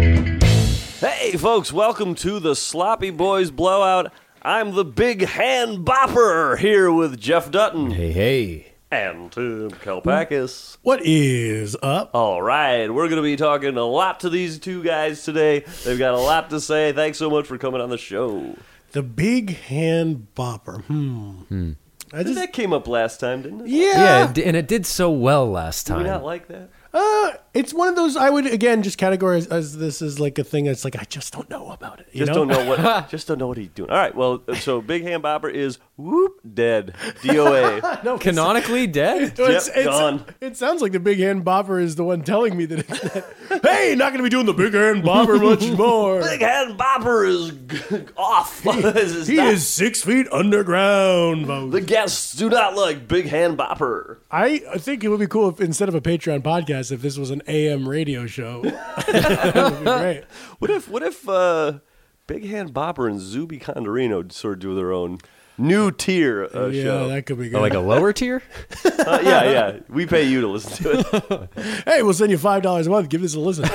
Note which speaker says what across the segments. Speaker 1: Hey, folks, welcome to the Sloppy Boys Blowout. I'm the big hand bopper here with Jeff Dutton
Speaker 2: Hey, hey.
Speaker 1: and Tim Kalpakis.
Speaker 3: What is up?
Speaker 1: All right, we're going to be talking a lot to these two guys today. They've got a lot to say. Thanks so much for coming on the show.
Speaker 3: The big hand bopper. Hmm. I just
Speaker 1: That came up last time, didn't it?
Speaker 2: Yeah,
Speaker 3: yeah.
Speaker 2: it di- and it did so well last
Speaker 1: Do we
Speaker 2: time.
Speaker 1: not like that?
Speaker 3: Uh, it's one of those I would again just categorize as this is like a thing. that's like I just don't know about it. You
Speaker 1: Just don't know what. just don't know what he's doing. All right. Well, so Big Hand Bopper is whoop dead. DOA.
Speaker 3: No, it's-
Speaker 2: Canonically dead?
Speaker 3: it's,
Speaker 1: Yep,
Speaker 3: it's-
Speaker 1: gone.
Speaker 3: It sounds like the big hand bopper is the one telling me that. It's that hey, not going to be doing the big hand bopper much more.
Speaker 1: Big Hand Bopper is g- off. This is
Speaker 3: he
Speaker 1: not-
Speaker 3: is six feet underground. folks.
Speaker 1: The guests do not like Big Hand Bopper.
Speaker 3: I I think it would be cool if instead of a Patreon podcast, if this was an AM radio show. that would be great.
Speaker 1: What if what if uh, Big Hand Bopper and Zuby Condorino sort of do their own new tier uh,
Speaker 3: yeah,
Speaker 1: show?
Speaker 3: that could be good.
Speaker 2: Oh, like a lower tier?
Speaker 1: Uh, yeah, yeah. We pay you to listen to it.
Speaker 3: hey, we'll send you five dollars a month. Give this a listen.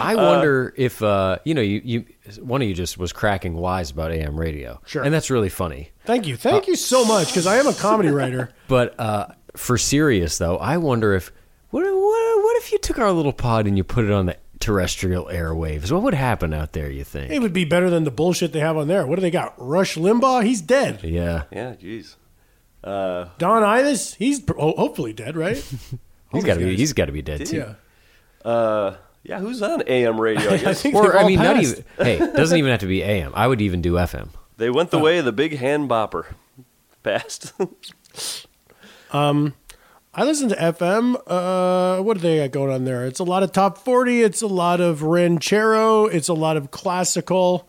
Speaker 2: I wonder if, uh, you know, you, you one of you just was cracking wise about AM radio.
Speaker 3: Sure.
Speaker 2: And that's really funny.
Speaker 3: Thank you, thank you so much. Because I am a comedy writer.
Speaker 2: But uh, for serious, though, I wonder if, what, what, what if you took our little pod and you put it on the terrestrial airwaves? What would happen out there, you think?
Speaker 3: It would be better than the bullshit they have on there. What do they got? Rush Limbaugh, he's dead.
Speaker 2: Yeah.
Speaker 1: Yeah, jeez.
Speaker 3: Don Imus, he's pr- oh, hopefully dead, right?
Speaker 2: He's got to be, he's got to be dead, too.
Speaker 3: yeah.
Speaker 1: Uh, yeah, who's on AM radio? I
Speaker 3: I
Speaker 1: guess
Speaker 3: think
Speaker 2: Or,
Speaker 3: they've
Speaker 2: I
Speaker 3: all
Speaker 2: mean, not
Speaker 3: passed.
Speaker 2: even, hey, doesn't even have to be AM. I would even do FM.
Speaker 1: they went the way of the Big Hand Bopper. Passed.
Speaker 3: I listen to FM. Uh, what do they got going on there? It's a lot of top 40. It's a lot of ranchero. It's a lot of classical.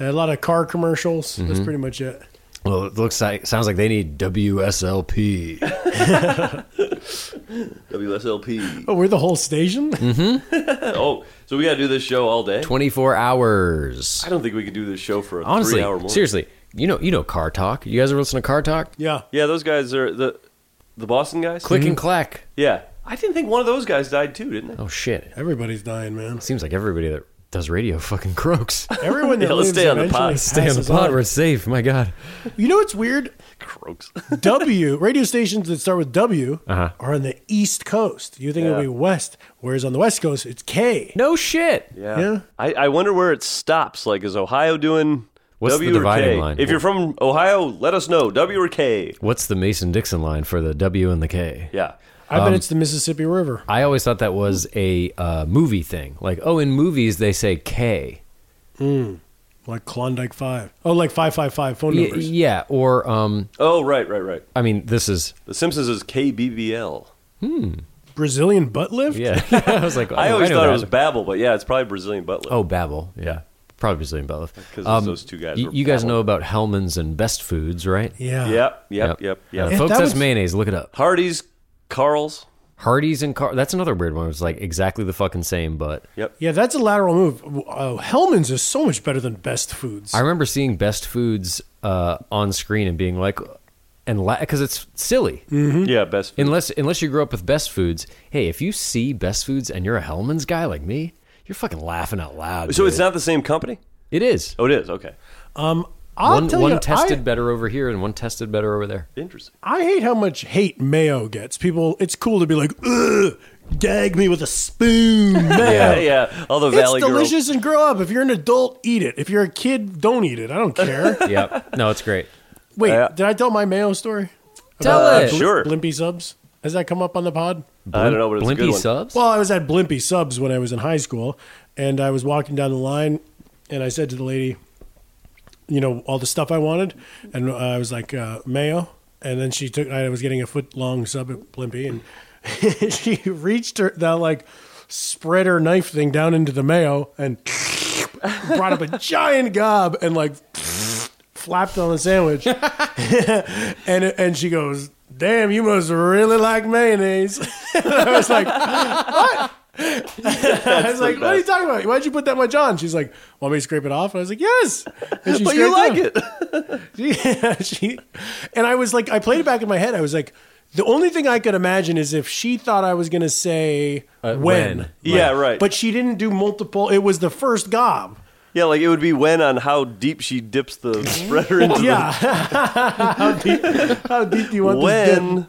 Speaker 3: A lot of car commercials. That's
Speaker 1: Mm-hmm.
Speaker 3: pretty much it.
Speaker 2: Well, it looks like, sounds like they need WSLP.
Speaker 1: WSLP.
Speaker 3: Oh, we're the whole station?
Speaker 1: Mm-hmm. Oh, so we got to do this show all day.
Speaker 2: 24 hours.
Speaker 1: I don't think we could do this show for a
Speaker 2: Honestly,
Speaker 1: three-hour morning.
Speaker 2: seriously, you know, you know, Car Talk. You guys ever listen to Car Talk?
Speaker 3: yeah.
Speaker 1: Yeah, those guys are the the Boston guys.
Speaker 2: Click and clack.
Speaker 1: Yeah, I didn't think one of those guys died too, didn't they?
Speaker 2: Oh shit!
Speaker 3: Everybody's dying, man.
Speaker 2: Seems like everybody that does radio fucking croaks.
Speaker 3: Everyone that
Speaker 1: Yeah, let's
Speaker 3: lives
Speaker 1: stay on the
Speaker 3: eventually
Speaker 1: pod.
Speaker 2: Stay on the
Speaker 3: passes
Speaker 2: pod. We're safe. My God.
Speaker 3: You know what's weird?
Speaker 1: Croaks.
Speaker 3: W radio stations that start with W
Speaker 2: Uh-huh.
Speaker 3: are on the East Coast. You think
Speaker 1: Yeah.
Speaker 3: it'll be West, whereas on the West Coast it's K.
Speaker 2: No shit.
Speaker 1: Yeah.
Speaker 3: Yeah.
Speaker 1: I, I wonder where it stops. Like, is Ohio doing
Speaker 2: What's the
Speaker 1: W or K?
Speaker 2: dividing line?
Speaker 1: If you're from Ohio, let us know. W or K?
Speaker 2: What's the Mason Dixon line for the W and the K?
Speaker 1: Yeah.
Speaker 3: I
Speaker 2: Um,
Speaker 3: bet it's the Mississippi River.
Speaker 2: I always thought that was a uh, movie thing. Like, oh, in movies they say K.
Speaker 3: Like Klondike Five. Oh, like five five five phone
Speaker 2: Y-
Speaker 3: numbers.
Speaker 2: yeah. Or, um,
Speaker 1: Oh, right, right, right.
Speaker 2: I mean, this is
Speaker 1: The Simpsons is KBBL.
Speaker 3: Brazilian butt lift?
Speaker 2: yeah. I was like,
Speaker 1: I
Speaker 2: oh,
Speaker 1: always
Speaker 2: know
Speaker 1: thought
Speaker 2: that.
Speaker 1: it was Babel, but yeah, it's probably Brazilian Butler.
Speaker 2: Oh, Babel. Yeah. Probably Brazilian Babel.
Speaker 1: 'Cause those two guys
Speaker 2: You,
Speaker 1: were
Speaker 2: you guys
Speaker 1: Babel.
Speaker 2: know about Hellman's and Best Foods, right?
Speaker 3: Yeah.
Speaker 1: Yep, yep, yep,
Speaker 2: Yeah,
Speaker 1: yep.
Speaker 3: If
Speaker 2: folks,
Speaker 3: that
Speaker 2: that's
Speaker 3: was-
Speaker 2: mayonnaise. Look it up.
Speaker 1: Hardy's, Carl's.
Speaker 2: Hardee's and Car. That's another weird one. It's like exactly the fucking same, but
Speaker 1: Yep.
Speaker 3: Yeah, that's a lateral move. Oh, Hellman's is so much better than Best Foods.
Speaker 2: I remember seeing Best Foods uh, on screen and being like, and because it's silly.
Speaker 3: Mm-hmm.
Speaker 1: Yeah, best. food.
Speaker 2: Unless unless you grew up with Best Foods, hey, if you see Best Foods and you're a Hellman's guy like me, you're fucking laughing out loud.
Speaker 1: so
Speaker 2: dude.
Speaker 1: it's not the same company?
Speaker 2: It is.
Speaker 1: Oh, it is. Okay.
Speaker 3: um, I'll
Speaker 2: one
Speaker 3: tell
Speaker 2: one
Speaker 3: you,
Speaker 2: tested
Speaker 3: I,
Speaker 2: better over here and one tested better over there.
Speaker 1: Interesting.
Speaker 3: I hate how much hate mayo gets. People, it's cool to be like, ugh, gag me with a spoon, mayo.
Speaker 1: Yeah, yeah. All the
Speaker 3: It's
Speaker 1: Valley Girls.
Speaker 3: delicious and grow up. If you're an adult, eat it. If you're a kid, don't eat it. I don't care.
Speaker 2: yeah. No, it's great.
Speaker 3: Wait,
Speaker 1: Yeah.
Speaker 3: did I tell my mayo story?
Speaker 2: Tell
Speaker 3: About
Speaker 2: it.
Speaker 3: bl-
Speaker 1: Sure.
Speaker 3: Blimpy subs. Has that come up on the pod?
Speaker 1: I don't know, but it's a
Speaker 2: Blimpy
Speaker 1: good one.
Speaker 2: subs.
Speaker 3: Well, I was at Blimpy subs when I was in high school, and I was walking down the line, and I said to the lady, you know, all the stuff I wanted, and uh, I was like uh, mayo, and then she took. I was getting a foot long sub at Blimpy, and she reached her that like spread her knife thing down into the mayo and brought up a giant gob and like flapped on the sandwich, and and she goes. damn, you must really like mayonnaise. and I was like, what? I was like, what are you talking about? Why'd you put that much on? She's like, want me to scrape it off? And I was like, yes. And she
Speaker 1: But you
Speaker 3: scraped
Speaker 1: like
Speaker 3: off.
Speaker 1: it.
Speaker 3: She, she, and I was like, I played it back in my head. I was like, the only thing I could imagine is if she thought I was going to say
Speaker 2: Uh,
Speaker 3: when.
Speaker 2: when.
Speaker 1: Yeah, right.
Speaker 3: But she didn't do multiple. It was the first gob.
Speaker 1: yeah, like it would be when on how deep she dips the spreader into
Speaker 3: Yeah. how, deep, how deep do you
Speaker 1: the
Speaker 3: want this dip?
Speaker 1: when.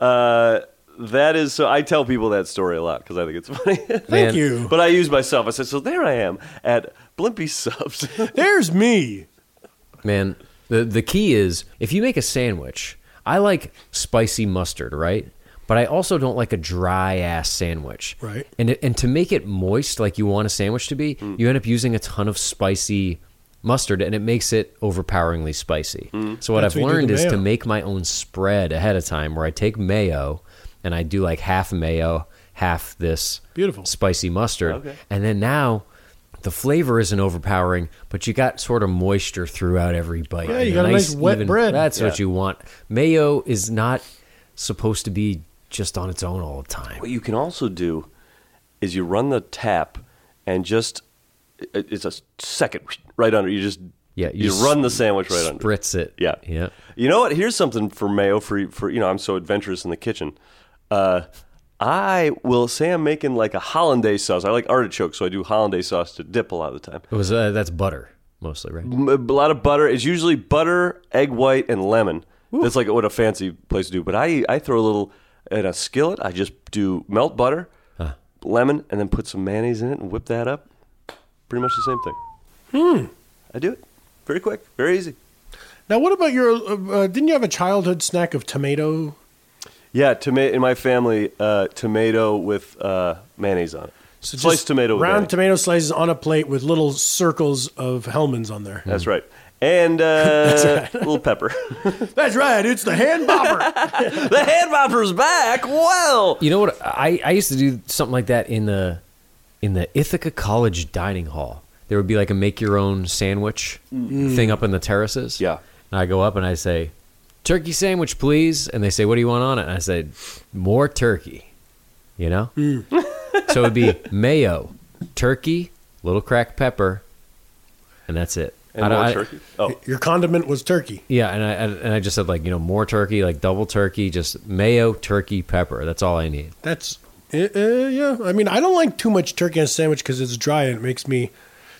Speaker 1: Uh, that is so. I tell people that story a lot because I think it's funny.
Speaker 2: Man.
Speaker 3: Thank you.
Speaker 1: but I use myself. I said, so there I am at Blimpy Subs.
Speaker 3: There's me.
Speaker 2: Man, the the key is if you make a sandwich, I like spicy mustard, right? But I also don't like a dry ass sandwich.
Speaker 3: Right.
Speaker 2: And it- and to make it moist like you want a sandwich to be,
Speaker 1: Mm.
Speaker 2: you end up using a ton of spicy mustard and it makes it overpoweringly spicy.
Speaker 1: Mm.
Speaker 2: So what
Speaker 3: That's
Speaker 2: I've
Speaker 3: what you do
Speaker 2: learned
Speaker 3: to
Speaker 2: is to
Speaker 3: mayo.
Speaker 2: make my own spread ahead of time where I take mayo and I do like half mayo, half this
Speaker 3: Beautiful.
Speaker 2: spicy mustard.
Speaker 1: Okay.
Speaker 2: And then now the flavor isn't overpowering, but you got sort of moisture throughout every bite.
Speaker 3: Yeah,
Speaker 2: and
Speaker 3: you got a nice wet bread.
Speaker 2: That's
Speaker 1: Yeah.
Speaker 2: what you want. Mayo is not supposed to be just on its own all the time.
Speaker 1: What you can also do is you run the tap and just it- it's a second right under. You just
Speaker 2: Yeah,
Speaker 1: you,
Speaker 2: you
Speaker 1: run the
Speaker 2: sp-
Speaker 1: sandwich right under.
Speaker 2: Spritz it.
Speaker 1: Yeah,
Speaker 2: Yeah.
Speaker 1: You know what? Here's something for mayo for for you know I'm so adventurous in the kitchen. Uh, I will say I'm making like a hollandaise sauce. I like artichoke, so I do hollandaise sauce to dip a lot of the time.
Speaker 2: It was uh, that's butter mostly, right?
Speaker 1: M- A lot of butter. It's usually butter, egg white, and lemon. That's like what a fancy place to do. But I I throw a little in a skillet. I just do melt butter, lemon, and then put some mayonnaise in it and whip that up. Pretty much the same thing. Hmm. I do it very quick, very easy.
Speaker 3: Now, what about your? Uh, uh, didn't you have a childhood snack of tomato?
Speaker 1: Yeah, tomato in my family, uh, tomato with uh, mayonnaise on it.
Speaker 3: So just
Speaker 1: Sliced tomato with
Speaker 3: round
Speaker 1: mayonnaise.
Speaker 3: tomato slices on a plate with little circles of Hellman's on there.
Speaker 1: That's right. And uh, a little pepper.
Speaker 3: That's right. It's the hand bopper.
Speaker 1: the hand bopper's back. Wow.
Speaker 2: You know what? I, I used to do something like that in the in the Ithaca College dining hall. There would be like a make your own sandwich thing up in the terraces.
Speaker 1: Mm. Yeah.
Speaker 2: And I go up and I say, "Turkey sandwich, please." And they say, "What do you want on it?" And I said, "More turkey." You know? so it would be mayo, turkey, little cracked pepper, and that's it.
Speaker 1: And
Speaker 2: I
Speaker 1: more
Speaker 2: don't- I-
Speaker 1: turkey. Oh,
Speaker 3: your condiment was turkey.
Speaker 2: yeah, and I and and I just said like, you know, more turkey, like double turkey, just mayo, turkey, pepper. That's all I need.
Speaker 3: That's uh, uh, yeah. I mean, I don't like too much turkey on a sandwich because it's dry and it makes me.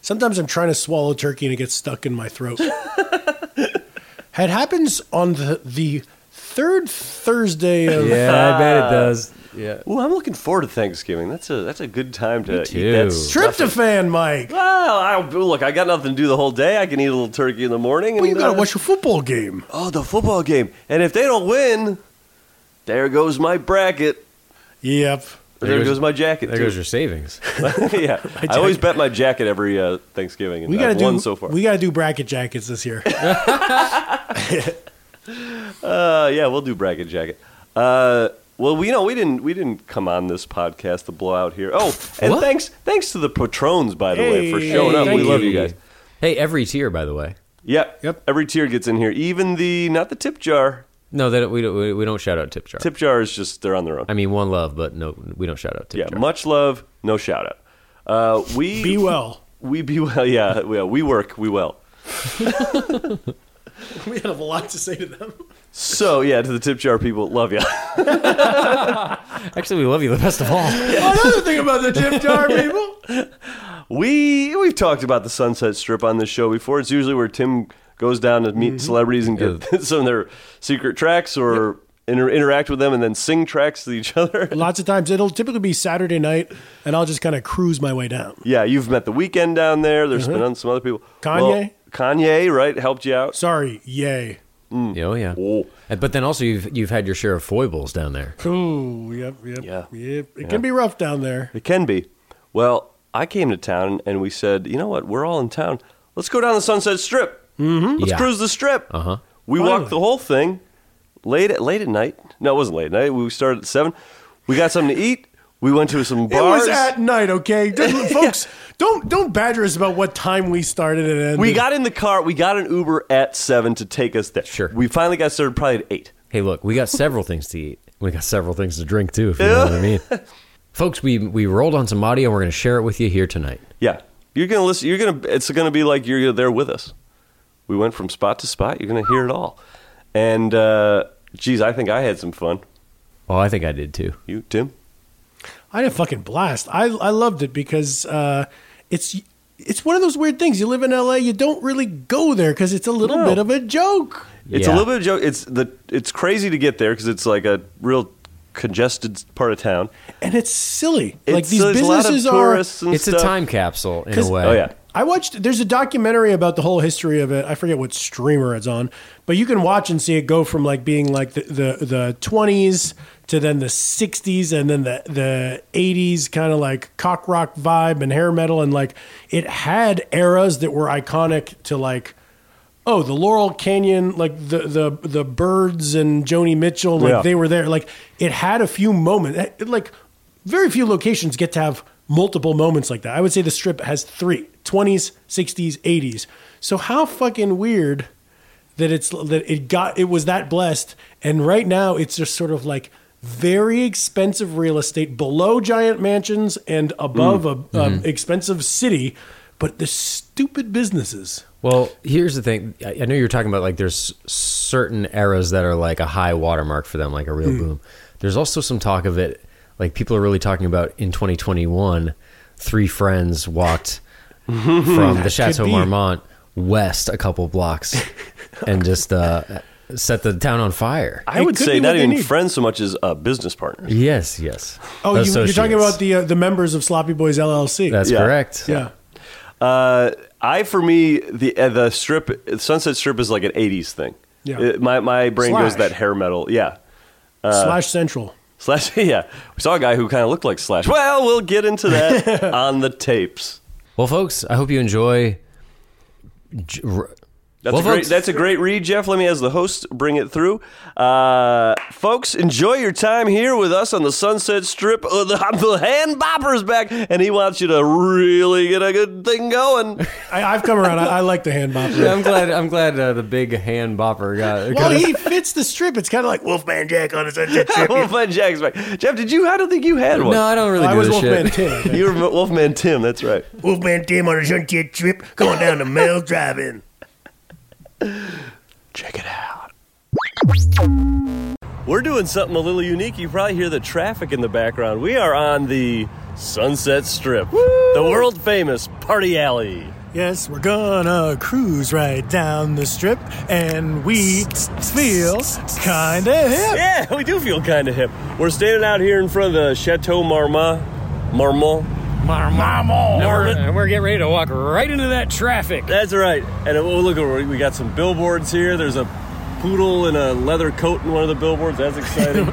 Speaker 3: Sometimes I'm trying to swallow turkey and it gets stuck in my throat. it happens on the the third Thursday of
Speaker 2: Yeah, I bet it does. Yeah.
Speaker 1: Well, I'm looking forward to Thanksgiving. That's a that's a good time to eat
Speaker 2: too.
Speaker 1: that stuff.
Speaker 3: tryptophan, Mike.
Speaker 1: Well, I, look, I got nothing to do the whole day. I can eat a little turkey in the morning.
Speaker 3: Well,
Speaker 1: and,
Speaker 3: you got
Speaker 1: uh,
Speaker 3: to watch a football game.
Speaker 1: Oh, the football game. And if they don't win, there goes my bracket.
Speaker 3: Yep.
Speaker 1: There, goes, my jacket.
Speaker 2: There
Speaker 1: too.
Speaker 2: goes your savings.
Speaker 1: yeah, I always bet my jacket every uh, Thanksgiving, and
Speaker 3: We
Speaker 1: I've
Speaker 3: gotta
Speaker 1: won
Speaker 3: do
Speaker 1: so far.
Speaker 3: We gotta do bracket jackets this year.
Speaker 1: uh, yeah, we'll do bracket jacket. Uh, well, we, you know, we didn't we didn't come on this podcast to blow out here. Oh, and
Speaker 2: What?
Speaker 1: thanks thanks to the patrons by the way for
Speaker 3: Hey,
Speaker 1: showing up.
Speaker 2: Hey,
Speaker 1: We love you guys.
Speaker 2: Hey, every tier, by the way.
Speaker 1: Yep.
Speaker 3: Yep.
Speaker 1: Every tier gets in here, even the not the tip jar.
Speaker 2: No, that we don't, we- we don't shout out tip jar.
Speaker 1: Tip jar is just they're on their own.
Speaker 2: I mean, one love, but no, we don't shout out tip
Speaker 1: yeah,
Speaker 2: jar.
Speaker 1: much love, no shout out. Uh, we
Speaker 3: Be well.
Speaker 1: We be well. Yeah, yeah. We work. We well.
Speaker 3: We have a lot to say to them.
Speaker 1: So yeah, to the tip jar people, love you.
Speaker 2: Actually, we love you the best of all.
Speaker 3: Oh, Another thing about the tip jar, people.
Speaker 1: We we've talked about the Sunset Strip on this show before. It's usually where Tim goes down to meet
Speaker 3: Mm-hmm.
Speaker 1: celebrities and get some of their secret tracks or inter- interact with them and then sing tracks to each other.
Speaker 3: Lots of times it'll typically be Saturday night, and I'll just kind of cruise my way down.
Speaker 1: yeah, you've met the weekend down there. There's been on some other people.
Speaker 3: Uh-huh. Kanye?
Speaker 1: Well, Kanye, right? Helped you out.
Speaker 3: Sorry, yay.
Speaker 2: Yeah, Oh yeah.
Speaker 1: Oh.
Speaker 2: And- But then also, you've you've had your share of foibles down there.
Speaker 3: Ooh, yep, yep,
Speaker 1: Yeah.
Speaker 3: yep. It can be rough down there.
Speaker 1: It can be. Well, I came to town and we said, you know what? We're all in town. Let's go down the Sunset Strip. Mm-hmm. Let's
Speaker 2: Yeah.
Speaker 1: cruise the strip. Uh
Speaker 2: Uh-huh.
Speaker 1: We
Speaker 3: Finally.
Speaker 1: walked the whole thing late at late at night. No, it wasn't late at night. We started at seven. We got something to eat. We went to some
Speaker 3: It
Speaker 1: bars.
Speaker 3: was at night, okay, Don't- folks. Don't don't badger us about what time we started and ended.
Speaker 1: we got in the car. We got an Uber at seven to take us there.
Speaker 2: Sure.
Speaker 1: We finally got started probably at eight.
Speaker 2: hey, look, we got several things to eat. We got several things to drink too, if you know what I mean. Folks, we we rolled on some audio. and We're going to share it with you here tonight.
Speaker 1: Yeah, you're gonna listen. You're gonna. It's gonna be like you're there with us. We went from spot to spot. You're gonna hear it all. And uh, geez, I think I had some fun.
Speaker 2: Oh, I think I did too.
Speaker 1: You, Tim?
Speaker 3: I had a fucking blast. I I loved it because uh, it's it's one of those weird things. You live in LA, you don't really go there because it's a little
Speaker 1: No.
Speaker 3: bit of a joke.
Speaker 1: It's a
Speaker 2: Yeah.
Speaker 1: little bit of a joke. It's the. It's crazy to get there because it's like a real congested part of town.
Speaker 3: and it's silly. like
Speaker 1: It's- uh,
Speaker 3: these
Speaker 1: there's
Speaker 3: businesses
Speaker 1: a lot of
Speaker 3: are.
Speaker 1: tourists and
Speaker 2: it's
Speaker 1: stuff.
Speaker 2: a time capsule in a
Speaker 3: 'cause-
Speaker 2: way.
Speaker 1: Oh yeah,
Speaker 3: I watched. There's a documentary about the whole history of it. I forget what streamer it's on, but you can watch and see it go from like being like the the, the 20s to then the 60s and then the the 80s kind of like cock rock vibe and hair metal and like it had eras that were iconic to like. Oh, the Laurel Canyon, like the the the Birds and Joni Mitchell, like
Speaker 1: Yeah.
Speaker 3: they were there. Like it had a few moments. It- like very few locations get to have multiple moments like that. I would say the strip has three: 20s, 60s, 80s. So how fucking weird that it's that it got it was that blessed, and right now it's just sort of like very expensive real estate below giant mansions and above
Speaker 2: Mm.
Speaker 3: a, a
Speaker 2: Mm-hmm.
Speaker 3: expensive city, but the stupid businesses.
Speaker 2: Well, here's the thing. I I know you're talking about like there's certain eras that are like a high watermark for them, like a real
Speaker 3: Hmm.
Speaker 2: boom. There's also some talk of it, like people are really talking about in 2021, three friends walked from the Chateau
Speaker 3: be.
Speaker 2: Marmont west a couple blocks and just uh, set the town on fire.
Speaker 1: I
Speaker 3: It
Speaker 1: would
Speaker 3: could
Speaker 1: say
Speaker 3: be what
Speaker 1: not
Speaker 3: they
Speaker 1: even
Speaker 3: need.
Speaker 1: friends so much as uh, business partners.
Speaker 2: Yes, yes.
Speaker 3: Oh, you, you're talking
Speaker 2: Associates.
Speaker 3: about the uh, the members of Sloppy Boys LLC.
Speaker 2: That's
Speaker 1: Yeah.
Speaker 2: correct.
Speaker 3: yeah.
Speaker 1: Uh, I for me the uh, the strip Sunset Strip is like an '80s thing.
Speaker 3: Yeah.
Speaker 1: It- my my brain goes
Speaker 3: Slash.
Speaker 1: that hair metal. Yeah.
Speaker 2: Uh,
Speaker 3: Slash Central.
Speaker 1: Slash, yeah. We saw a guy who kind of looked like Slash. Well, we'll get into that on the tapes.
Speaker 2: Well, folks, I hope you enjoy. J- r-
Speaker 1: That's,
Speaker 2: Well,
Speaker 1: a great,
Speaker 2: folks-
Speaker 1: that's a great read, Jeff. Let me, as the host, bring it through. Uh, folks, enjoy your time here with us on the Sunset Strip. Uh, the, the hand bopper's back, and he wants you to really get a good thing going.
Speaker 3: I, I've come around. I, I like the hand bop.
Speaker 2: I'm glad. I'm glad uh, the big hand bopper got.
Speaker 3: Well, he fits the strip. It's kind of like Wolfman Jack on his sunset strip.
Speaker 1: Wolfman Jack's back. Jeff, did you? I don't think you had one.
Speaker 2: No, I don't really
Speaker 3: I
Speaker 2: do
Speaker 3: was
Speaker 2: this
Speaker 3: Wolfman
Speaker 2: shit.
Speaker 3: Tim. I think.
Speaker 1: You were Wolfman Tim, that's right.
Speaker 3: Wolfman Tim on his sunset strip, going down to Mel Drive-In.
Speaker 1: Check it out. We're doing something a little unique. You probably hear the traffic in the background. We are on the Sunset Strip, the world famous party alley.
Speaker 3: Yes, we're gonna cruise right down the strip, and we feel kind of hip.
Speaker 1: Yeah, we do feel kind of hip. We're standing out here in front of the Chateau Marmont. Marmont. Marmont.
Speaker 2: And we're getting ready to walk right into that traffic.
Speaker 1: That's right. And oh, look, we- we got some billboards here. There's a poodle in a leather coat in one of the billboards. That's exciting.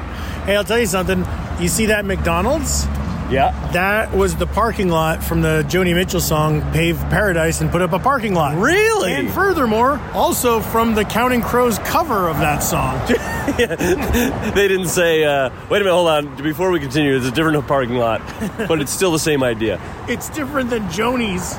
Speaker 3: Hey, I'll tell you something. You see that McDonald's?
Speaker 1: yeah.
Speaker 3: That was the parking lot from the Joni Mitchell song Pave Paradise and put up a parking lot.
Speaker 1: Really?
Speaker 3: And furthermore, also from the Counting Crows cover of that song.
Speaker 1: They didn't say, uh, wait a minute, hold on. Before we continue, it's a different parking lot, but it's still the same idea.
Speaker 3: it's different than Joni's.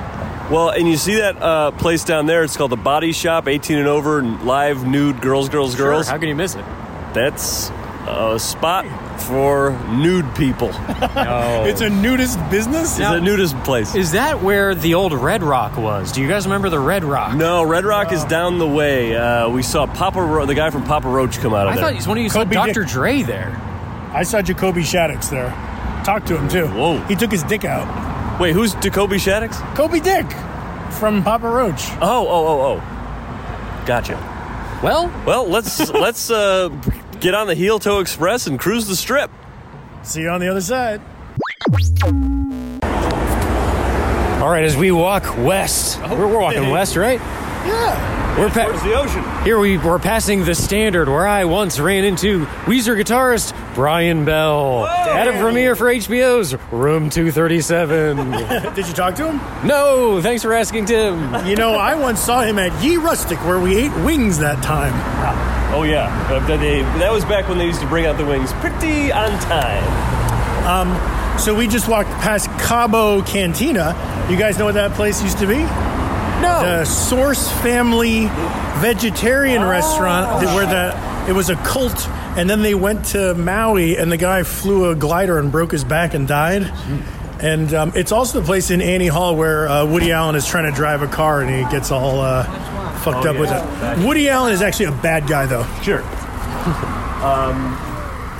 Speaker 1: Well, and you see that uh, place down there? It's called the Body Shop, 18 and over, and live nude girls, girls, girls.
Speaker 2: can you miss it?
Speaker 1: That's a spot for nude people.
Speaker 2: Oh.
Speaker 3: It's a nudist business?
Speaker 1: It's a nudist place.
Speaker 4: Is that where the old Red Rock was? Do you guys remember the Red Rock?
Speaker 1: No, Red Rock is down the way. Uh, we saw Papa, Ro- the guy from Papa Roach, come out of
Speaker 4: I
Speaker 1: there.
Speaker 4: thought it's one of you saw
Speaker 3: Kobe
Speaker 4: Dr.
Speaker 3: Dick-
Speaker 4: Dre there.
Speaker 3: I saw Jacoby Shaddix there. Talked to him too.
Speaker 1: Whoa.
Speaker 3: He took his dick out.
Speaker 1: Wait, who's Jacoby Shaddix?
Speaker 3: Kobe Dick from Papa Roach.
Speaker 1: Oh, oh, oh, oh. Gotcha.
Speaker 4: Well,
Speaker 1: Well, let's let's uh, get on the heel toe express and cruise the strip.
Speaker 3: See you on the other side.
Speaker 4: all right, as we walk west,
Speaker 2: Oh,
Speaker 4: we're, we're walking west, right?
Speaker 3: Yeah.
Speaker 4: We're pa-
Speaker 1: the ocean.
Speaker 4: here. We we're passing the standard where I once ran into Weezer guitarist Brian Bell at a premiere for HBO's Room 237.
Speaker 3: Did you talk to him?
Speaker 4: no, thanks for asking, Tim.
Speaker 3: You know, I once saw him at Ye Rustic where we ate wings that time.
Speaker 1: Oh yeah, Uh, that, they- that was back when they used to bring out the wings pretty on time.
Speaker 3: So we just walked past Cabo Cantina. You guys know what that place used to be?
Speaker 4: No,
Speaker 3: the Source Family vegetarian restaurant that- where the It was a cult, and then they went to Maui, and the guy flew a glider and broke his back and died. And um, it's also the place in Annie Hall where uh, Woody Allen is trying to drive a car, and he gets all uh, fucked up with it. Woody Allen is actually a bad guy, though.
Speaker 1: Sure. um,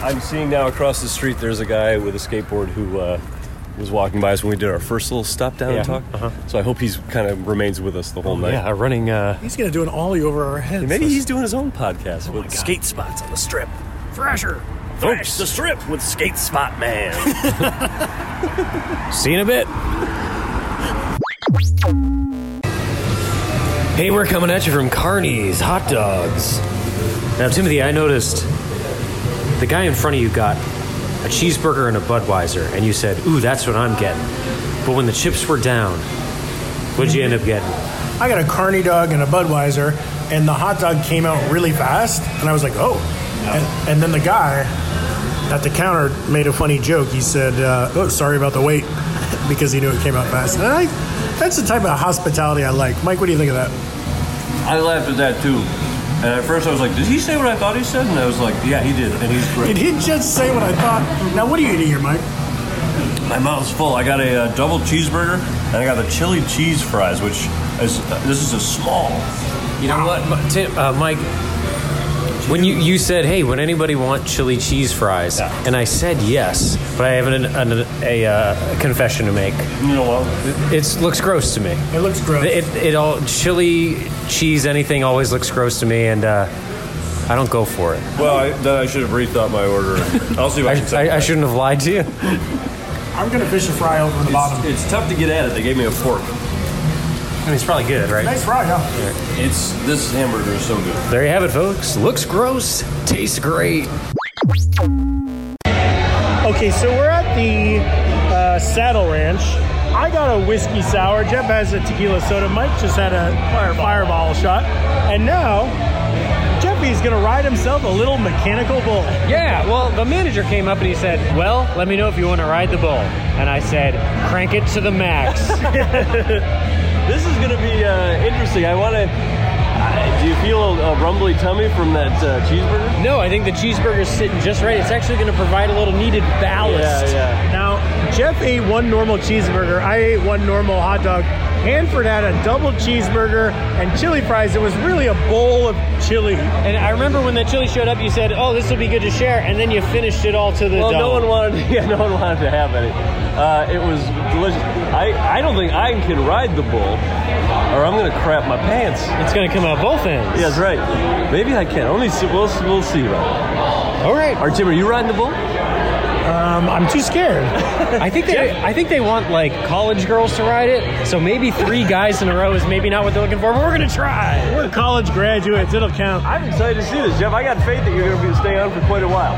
Speaker 1: I'm seeing now across the street there's a guy with a skateboard who uh, was walking by us when we did our first little stop down
Speaker 4: Yeah.
Speaker 1: and talk. So I hope he's kind of remains with us the whole night.
Speaker 4: Yeah, a running. Uh,
Speaker 3: He's gonna do an ollie over our heads.
Speaker 1: Maybe he's doing his own podcast with Skate Spots on the Strip.
Speaker 5: Thrasher.
Speaker 1: Folks, the Strip with Skate Spot Man.
Speaker 4: see you in a bit. Hey, we're coming at you from Carney's Hot Dogs. Now, Timothy, I noticed the guy in front of you got a cheeseburger and a Budweiser, and you said, "Ooh, that's what I'm getting." But when the chips were down, what'd you end up getting?
Speaker 3: I got a carny dog and a Budweiser, and the hot dog came out really fast, and I was like, oh. And, and then the guy at the counter made a funny joke. He said, uh, oh, sorry about the wait, because he knew it came out fast. And I, that's the type of hospitality I like. Mike, what do you think of that?
Speaker 1: I laughed at that too. And at first I was like, did he say what I thought he said? And I was like, yeah, he did. And he's
Speaker 3: Did
Speaker 1: great.
Speaker 3: he just say what I thought? Now, what are you eating here, Mike?
Speaker 1: My mouth's full. I got a uh, double cheeseburger and I got the chili cheese fries, which is, uh, this is a small.
Speaker 4: You know what, Mi- Tim, uh, Mike? When you, you said, "Hey, would anybody want chili cheese fries?"
Speaker 1: Yeah.
Speaker 4: and I said yes, but I have an, an, a uh, confession to make.
Speaker 1: You know what?
Speaker 4: It looks gross to me.
Speaker 3: It looks gross.
Speaker 4: It, it all chili cheese anything always looks gross to me, and uh, I don't go for it.
Speaker 1: Well, I, then I should have rethought my order. I'll see if I can
Speaker 4: I, I, I shouldn't have lied to you.
Speaker 3: I'm going to fish a fry over the bottom.
Speaker 1: It's, it's tough to get at it. They gave me a fork.
Speaker 4: I mean, it's probably good, right?
Speaker 3: Nice fry, huh?
Speaker 1: It's this hamburger is so good.
Speaker 4: There you have it, folks. Looks gross, tastes great.
Speaker 3: Okay, so we're at the uh, Saddle Ranch. I got a whiskey sour. Jeff has a tequila soda. Mike just had a fireball, shot. And now, Jeffy's going to ride himself a little mechanical bull.
Speaker 5: Yeah, well, the manager came up and he said, Well, let me know if you want to ride the bull. And I said, Crank it to the max.
Speaker 1: This is gonna be uh, interesting. I want to. Do you feel a, a rumbly tummy from that uh, cheeseburger?
Speaker 5: no, I think the cheeseburger's sitting just right. It's actually going to provide a little needed
Speaker 1: Oh,
Speaker 5: ballast.
Speaker 1: yeah.
Speaker 3: Now, Jeff ate one normal cheeseburger. I ate one normal hot dog. Hanford had a double cheeseburger and chili fries. It was really a bowl of chili.
Speaker 5: And I remember when the chili showed up, you said, Oh, this will be good to share. And then you finished it all to the
Speaker 1: Well,
Speaker 5: dome.
Speaker 1: no one wanted. Yeah, no one wanted to have any. Uh, it was delicious. I, I don't think I can ride the bull, or I'm gonna crap my pants.
Speaker 5: It's going to come out both ends.
Speaker 1: Yeah, that's right. Maybe I can. Only see, we'll we'll see. About
Speaker 5: All right.
Speaker 1: it. All right, Tim, are you riding the bull?
Speaker 3: Um, I'm too scared.
Speaker 5: I think they, I think they want like college girls to ride it. So maybe three guys in a row is maybe not what they're looking for. But we're gonna try.
Speaker 3: We're college graduates. It'll count.
Speaker 1: I'm excited to see this, Jeff. I got faith that you're gonna be stay on for quite a while.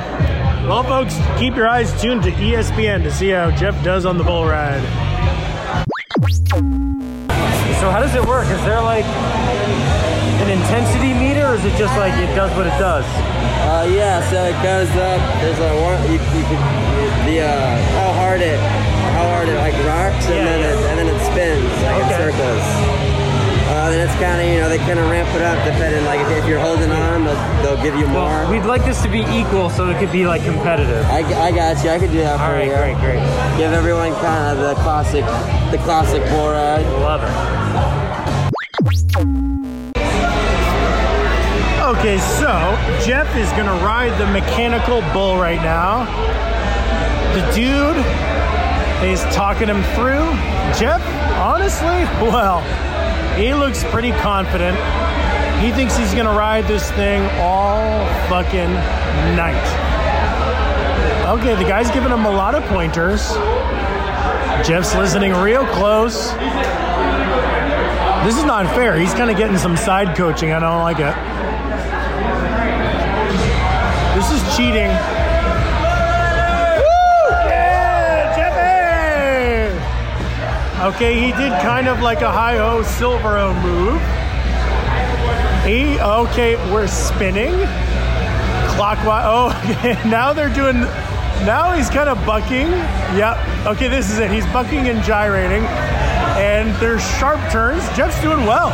Speaker 3: Well, folks, keep your eyes tuned to E ESPN to see how Jeff does on the bull ride.
Speaker 5: So how does it work? Is there like an intensity meter, or is it just like it does what it does?
Speaker 6: Uh, yeah, so it goes up. There's a one. You, you could the uh, how hard it, how hard it like rocks, and then it and then it spins like
Speaker 3: Okay.
Speaker 6: in circles. Uh, then it's kind of you know they kind of ramp it up depending like if, if you're holding on, they'll, they'll give you more.
Speaker 5: We'd like this to be equal, so it could be like competitive.
Speaker 6: I, I got you. I could do that for
Speaker 5: All right,
Speaker 6: you.
Speaker 5: great, great.
Speaker 6: Give everyone kind of the classic, the classic bull ride.
Speaker 5: Love it.
Speaker 3: Okay, so Jeff is gonna ride the mechanical bull right now. The dude is talking him through. Jeff, honestly, well, he looks pretty confident. He thinks he's gonna ride this thing all fucking night. Okay, the guy's giving him a lot of pointers. Jeff's listening real close. This is not fair. He's kind of getting some side coaching. I don't like it. This is cheating. Yeah, Jeffy! Okay, he did kind of like a high ho silver O move. He okay, we're spinning. Clockwise. Oh, okay, now they're doing. Now he's kind of bucking. Yep. Okay, this is it. He's bucking and gyrating, and there's sharp turns. Jeff's doing well.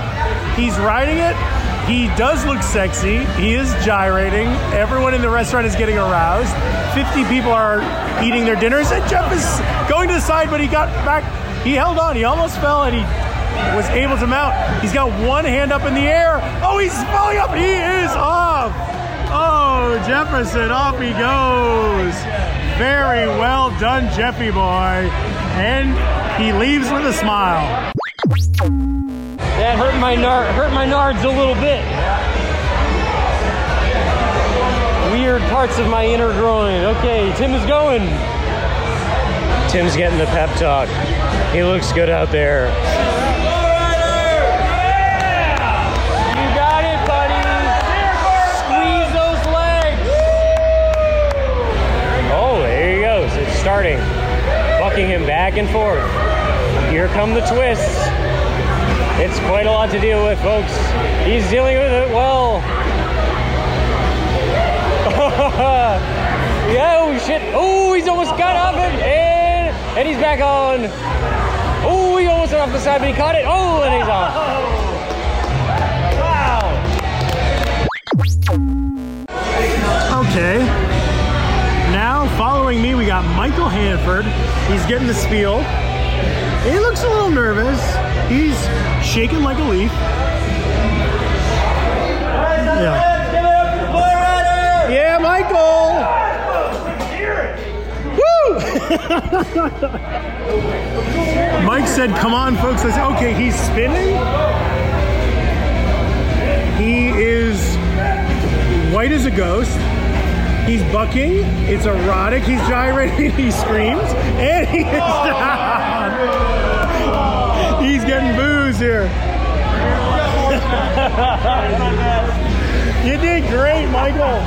Speaker 3: He's riding it. He does look sexy. He is gyrating. Everyone in the restaurant is getting aroused. 50 people are eating their dinners. And Jeff is going to the side, but he got back. He held on. He almost fell and he was able to mount. He's got one hand up in the air. Oh, he's falling up. He is off. Oh, Jefferson, off he goes. Very well done, Jeffy boy. And he leaves with a smile.
Speaker 7: That hurt my nar- hurt my nards a little bit. Weird parts of my inner groin. Okay, Tim is going. Tim's getting the pep talk. He looks good out there. You got it, buddy. Squeeze those legs. Oh, there he goes. It's starting. Bucking him back and forth. Here come the twists. It's quite a lot to deal with, folks. He's dealing with it well. yeah, oh shit. Oh, he's almost got off it. And, and he's back on. Oh, he almost went off the side, but he caught it. Oh, and he's off.
Speaker 3: Okay. Now, following me, we got Michael Hanford. He's getting the spiel. He looks a little nervous. He's shaking like a leaf. Yeah. Yeah, Michael. Woo! Mike said, "Come on, folks." I said, "Okay, he's spinning. He is white as a ghost." He's bucking. It's erotic. He's gyrating. He screams, and he is down. He's getting booze here. you did great, Michael.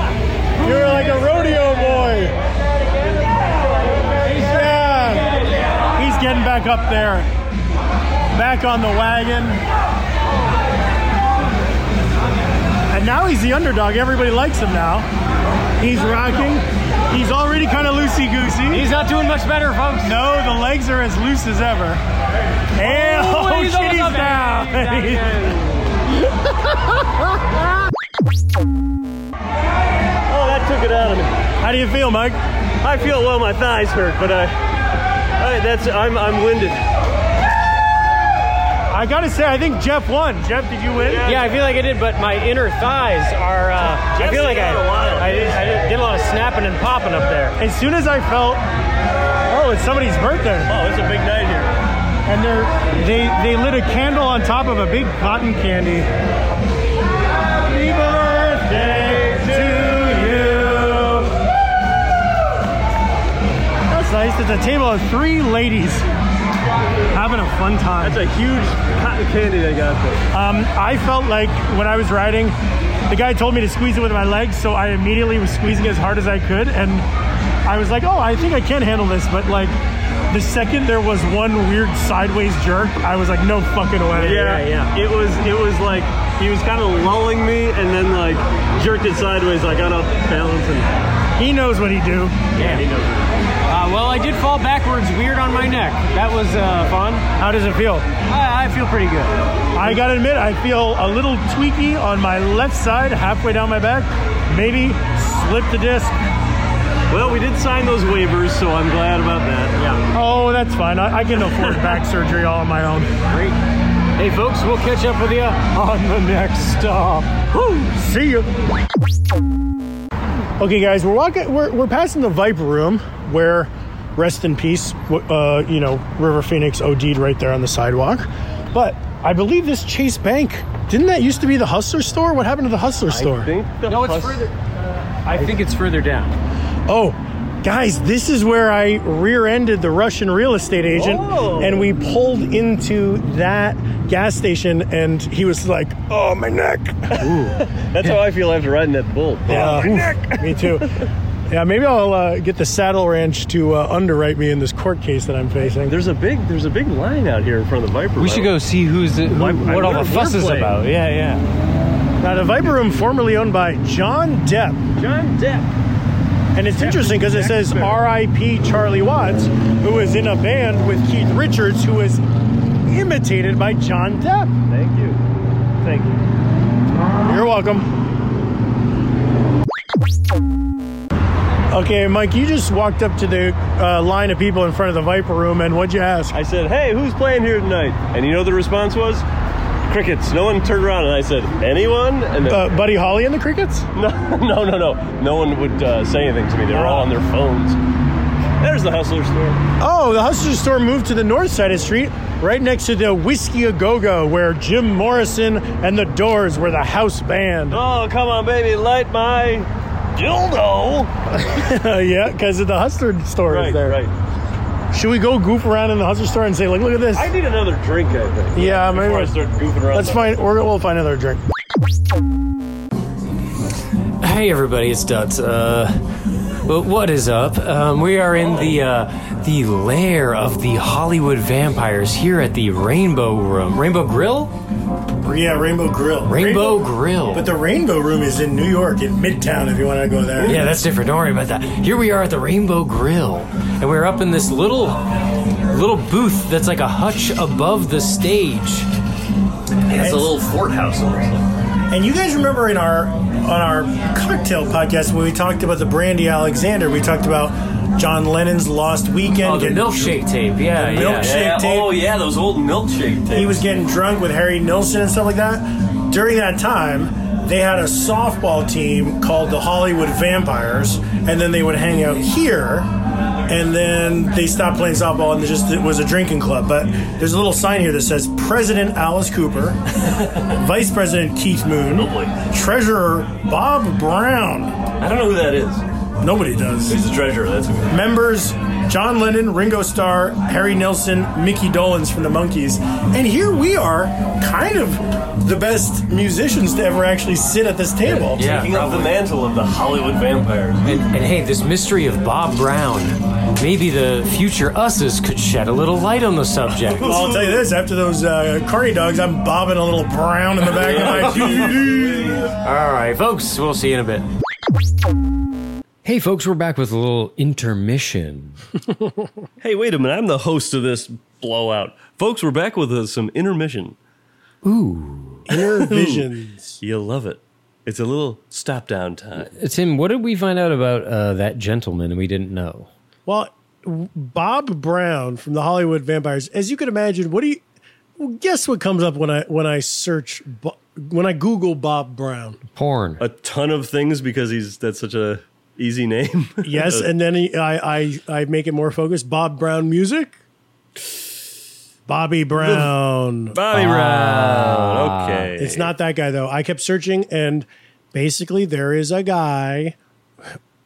Speaker 3: You're like a rodeo boy. Yeah. He's getting back up there. Back on the wagon. And now he's the underdog. Everybody likes him now. He's rocking. He's already kind of loosey goosey.
Speaker 7: He's not doing much better, folks.
Speaker 3: No, the legs are as loose as ever. And oh,
Speaker 7: Oh, he's
Speaker 3: shit,
Speaker 7: almost
Speaker 3: he's
Speaker 7: up there.
Speaker 3: down.
Speaker 7: He's down.
Speaker 3: Oh, that took it out of me. How do you feel, Mike? I feel well. My thighs hurt, but I, I that's I'm I'm winded. I gotta say, I think Jeff won. Jeff, did you win?
Speaker 7: Yeah, I feel like I did, but my inner thighs are. Uh, I feel like I, I, did, I did, did a lot of snapping and popping up there.
Speaker 3: As soon as I felt, oh, it's somebody's birthday. Oh, it's a big night here. And they're they they lit a candle on top of a big cotton candy. Happy birthday to you. That's nice. It's a table of three ladies having a fun time. That's a huge cotton candy they got there. Um, I felt like when I was riding, the guy told me to squeeze it with my legs, so I immediately was squeezing as hard as I could, and I was like, oh, I think I can handle this, but like. The second there was one weird sideways jerk, I was like, "No fucking way!"
Speaker 7: yeah.
Speaker 1: It was it was like he was kind of lulling me and then like jerked it sideways like out of balance and
Speaker 3: he knows what he do.
Speaker 7: Uh, well, I did fall backwards weird on my neck. That was uh, fun.
Speaker 3: How does it feel?
Speaker 7: I, I feel pretty good.
Speaker 3: I gotta admit, I feel a little tweaky on my left side, halfway down my back. Maybe slip the disc.
Speaker 1: well we did sign those waivers so I'm glad about that. Yeah.
Speaker 3: Oh, that's fine. I, I can afford back surgery all on my own.
Speaker 7: Great. Hey, folks, we'll catch up with you on the next stop.
Speaker 3: Woo, see you. Okay, guys, we're walking. We're, we're passing the Viper Room, where rest in peace. w- Uh, you know, River Phoenix OD'd right there on the sidewalk. But I believe this Chase Bank didn't that used to be the Hustler store? What happened to the Hustler store?
Speaker 7: No, it's further. I think it's further down.
Speaker 3: Oh, guys, this is where I rear ended the Russian real estate agent.
Speaker 7: Oh.
Speaker 3: And we pulled into that gas station, and he was like, Oh, my neck.
Speaker 1: That's how I feel after riding that bull.
Speaker 3: Yeah, oof, me too. Yeah, maybe I'll uh, get the Saddle Ranch to uh, underwrite me in this court case that I'm facing.
Speaker 1: There's a big there's a big line out here in front of the Viper.
Speaker 7: We should go see who's the, who,
Speaker 1: Why- why-
Speaker 7: what all the
Speaker 1: we're-
Speaker 7: fuss
Speaker 1: we're
Speaker 7: is
Speaker 1: playing.
Speaker 7: about. Oh, Yeah, yeah.
Speaker 3: Now, the Viper Room, formerly owned by John Depp,
Speaker 1: John Depp.
Speaker 3: and it's interesting because it says R.I.P. Charlie Watts, who was in a band with Keith Richards, who was imitated by John Depp.
Speaker 1: Thank you. Thank you.
Speaker 3: You're welcome. Okay, Mike, you just walked up to the uh, line of people in front of the Viper Room, and what'd you ask?
Speaker 1: I said, hey, who's playing here tonight? And you know the response was? Crickets. No one turned around and I said, anyone? And then,
Speaker 3: Uh, Buddy Holly and the Crickets?
Speaker 1: no, no, no, no. No one would uh, say anything to me. They were all on their phones. There's the hustler store.
Speaker 3: Oh, the Hustler Store moved to the north side of the street, right next to the Whiskey A Go Go, where Jim Morrison and the Doors were the house band.
Speaker 1: Oh, come on, baby, light my dildo.
Speaker 3: yeah, because the Hustler Store is
Speaker 1: Oh. Right,
Speaker 3: there.
Speaker 1: right.
Speaker 3: Should we go goof around in the Hustler Store and say, like, look at this?
Speaker 1: I need another drink, I think.
Speaker 3: yeah, maybe.
Speaker 1: Before I start goofing around.
Speaker 3: Let's find. We're, we'll find another drink.
Speaker 2: Hey everybody, it's Duds. Uh, well, what is up? Um, we are in the uh, the lair of the Hollywood vampires here at the Rainbow Room, Rainbow Grill,
Speaker 3: Yeah, Rainbow Grill.
Speaker 2: Rainbow, Grill.
Speaker 3: But the Rainbow Room is in New York, in Midtown. If you want to go there.
Speaker 2: yeah, that's different. Don't worry about that. Here we are at the Rainbow Grill, and we're up in this little little booth that's like a hutch above the stage. And it's a little fort house.
Speaker 3: And you guys remember in our on our cocktail podcast when we talked about the Brandy Alexander, we talked about John Lennon's Lost Weekend.
Speaker 2: Oh, the
Speaker 3: getting-
Speaker 2: milkshake tape. Yeah, yeah.
Speaker 3: The milkshake tape.
Speaker 1: yeah, those old milkshake
Speaker 3: he was getting drunk with Harry Nilsson and stuff like that. During that time, they had a softball team called the Hollywood Vampires, and then they would hang out here. And then they stopped playing softball, and it just it was a drinking club. But there's a little sign here that says President Alice Cooper, Vice President Keith Moon, Treasurer Bob Brown.
Speaker 1: I don't know who that is.
Speaker 3: Nobody does
Speaker 1: He's the treasurer. That's who.
Speaker 3: members John Lennon, Ringo Starr, Harry Nilsson, Mickey Dolans from the Monkees. And here we are, kind of the best musicians to ever actually sit at this table.
Speaker 2: Yeah,
Speaker 1: Taking up the mantle of the Hollywood vampires.
Speaker 2: And, and hey, this mystery of Bob Brown, maybe the future uses could shed a little light on the subject.
Speaker 3: Well, I'll tell you this after those uh, carny dogs, I'm bobbing a little brown in the back of my.
Speaker 2: All right, folks, we'll see you in a bit.
Speaker 8: Hey, folks, we're back with a little intermission.
Speaker 1: Hey, wait a minute. I'm the host of this blowout. Folks, we're back with uh, some intermission.
Speaker 3: Inner visions.
Speaker 1: You love it. It's a little stop down time.
Speaker 8: Tim, what did we find out about uh, that gentleman we didn't know?
Speaker 3: Well, Bob Brown from the Hollywood Vampires, as you can imagine, what do you. well, Guess what comes up when I when I search Bo- when I Google Bob Brown?
Speaker 8: Porn.
Speaker 1: A ton of things because he's that's such a easy name.
Speaker 3: Yes,
Speaker 1: Uh,
Speaker 3: and then he, I, I I make it more focused. Bob Brown music. Bobby Brown.
Speaker 1: Bobby Brown. Okay.
Speaker 3: It's not that guy though. I kept searching, and basically there is a guy,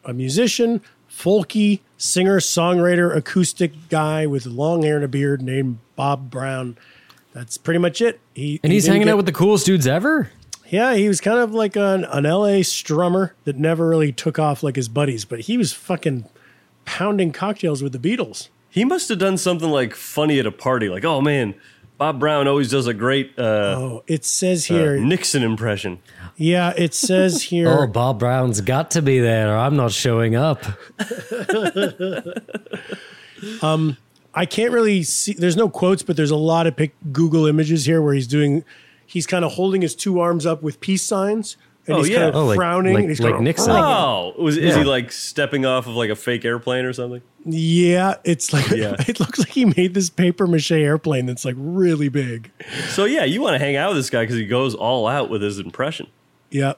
Speaker 3: a musician, folky singer, songwriter, acoustic guy with long hair and a beard named Bob Brown. That's pretty much it. He
Speaker 8: and he's hanging out with the coolest dudes ever?
Speaker 3: yeah. He was kind of like an an LA strummer that never really took off like his buddies, but he was fucking pounding cocktails with the Beatles.
Speaker 1: He must have done something like funny at a party. Like, oh man, Bob Brown always does a great uh,
Speaker 3: Oh, it says
Speaker 1: uh,
Speaker 3: here.
Speaker 1: Nixon impression.
Speaker 3: yeah, it says here.
Speaker 8: Oh, Bob Brown's got to be there or I'm not showing up.
Speaker 3: I can't really see. There's no quotes, but there's a lot of pic- Google images here where he's doing. He's kind of holding his two arms up with peace signs, and
Speaker 1: Oh,
Speaker 3: he's
Speaker 1: yeah.
Speaker 3: kind of
Speaker 8: Oh, like-
Speaker 3: frowning.
Speaker 8: like-
Speaker 3: and he's
Speaker 8: like
Speaker 3: kind of,
Speaker 8: Nixon.
Speaker 1: Oh, was, is he
Speaker 8: Yeah.
Speaker 1: like stepping off of like a fake airplane or something?
Speaker 3: Yeah, it's like
Speaker 1: Yeah.
Speaker 3: it looks like he made this paper mache airplane that's like really big.
Speaker 1: So yeah, you want to hang out with this guy because he goes all out with his impression.
Speaker 3: Yeah,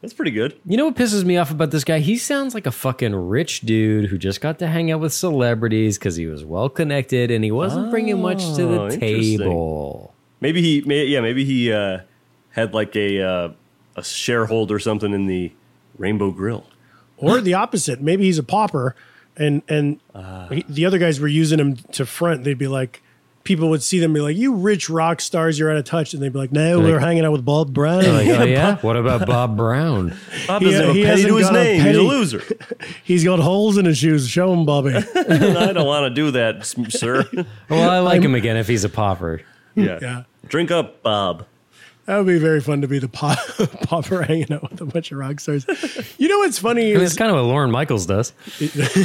Speaker 1: That's pretty good.
Speaker 8: You know what pisses me off about this guy? He sounds like a fucking rich dude who just got to hang out with celebrities because he was well connected and he wasn't bringing much to
Speaker 1: Oh,
Speaker 8: the
Speaker 1: interesting.
Speaker 8: table.
Speaker 1: Maybe he, may, yeah, maybe he uh, had like a uh, a shareholder or something in the Rainbow Grill.
Speaker 3: or the opposite. Maybe he's a pauper, and and
Speaker 8: Ah.
Speaker 3: he- the other guys were using him to front. They'd be like, people would see them and be like, "You rich rock stars, you're out of touch," and they'd be like, "No, we're hanging out with Bob Brown."
Speaker 8: Like, oh, yeah? What about Bob Brown?
Speaker 1: Bob
Speaker 3: He-
Speaker 1: doesn't have
Speaker 3: he
Speaker 1: a penny
Speaker 3: hasn't
Speaker 1: to his
Speaker 3: got a
Speaker 1: name. He's a
Speaker 3: penny.
Speaker 1: loser.
Speaker 3: He's got holes in his shoes. Show him, Bobby.
Speaker 1: I don't want to do that, s- sir.
Speaker 8: Well, I like him again if he's a pauper.
Speaker 1: Yeah.
Speaker 3: Yeah.
Speaker 1: Drink up, Bob.
Speaker 3: That would be very fun to be the pop, popper hanging out with a bunch of rock stars. You know what's funny
Speaker 8: I mean, it's
Speaker 3: is,
Speaker 8: kind of what Lauren Michaels does.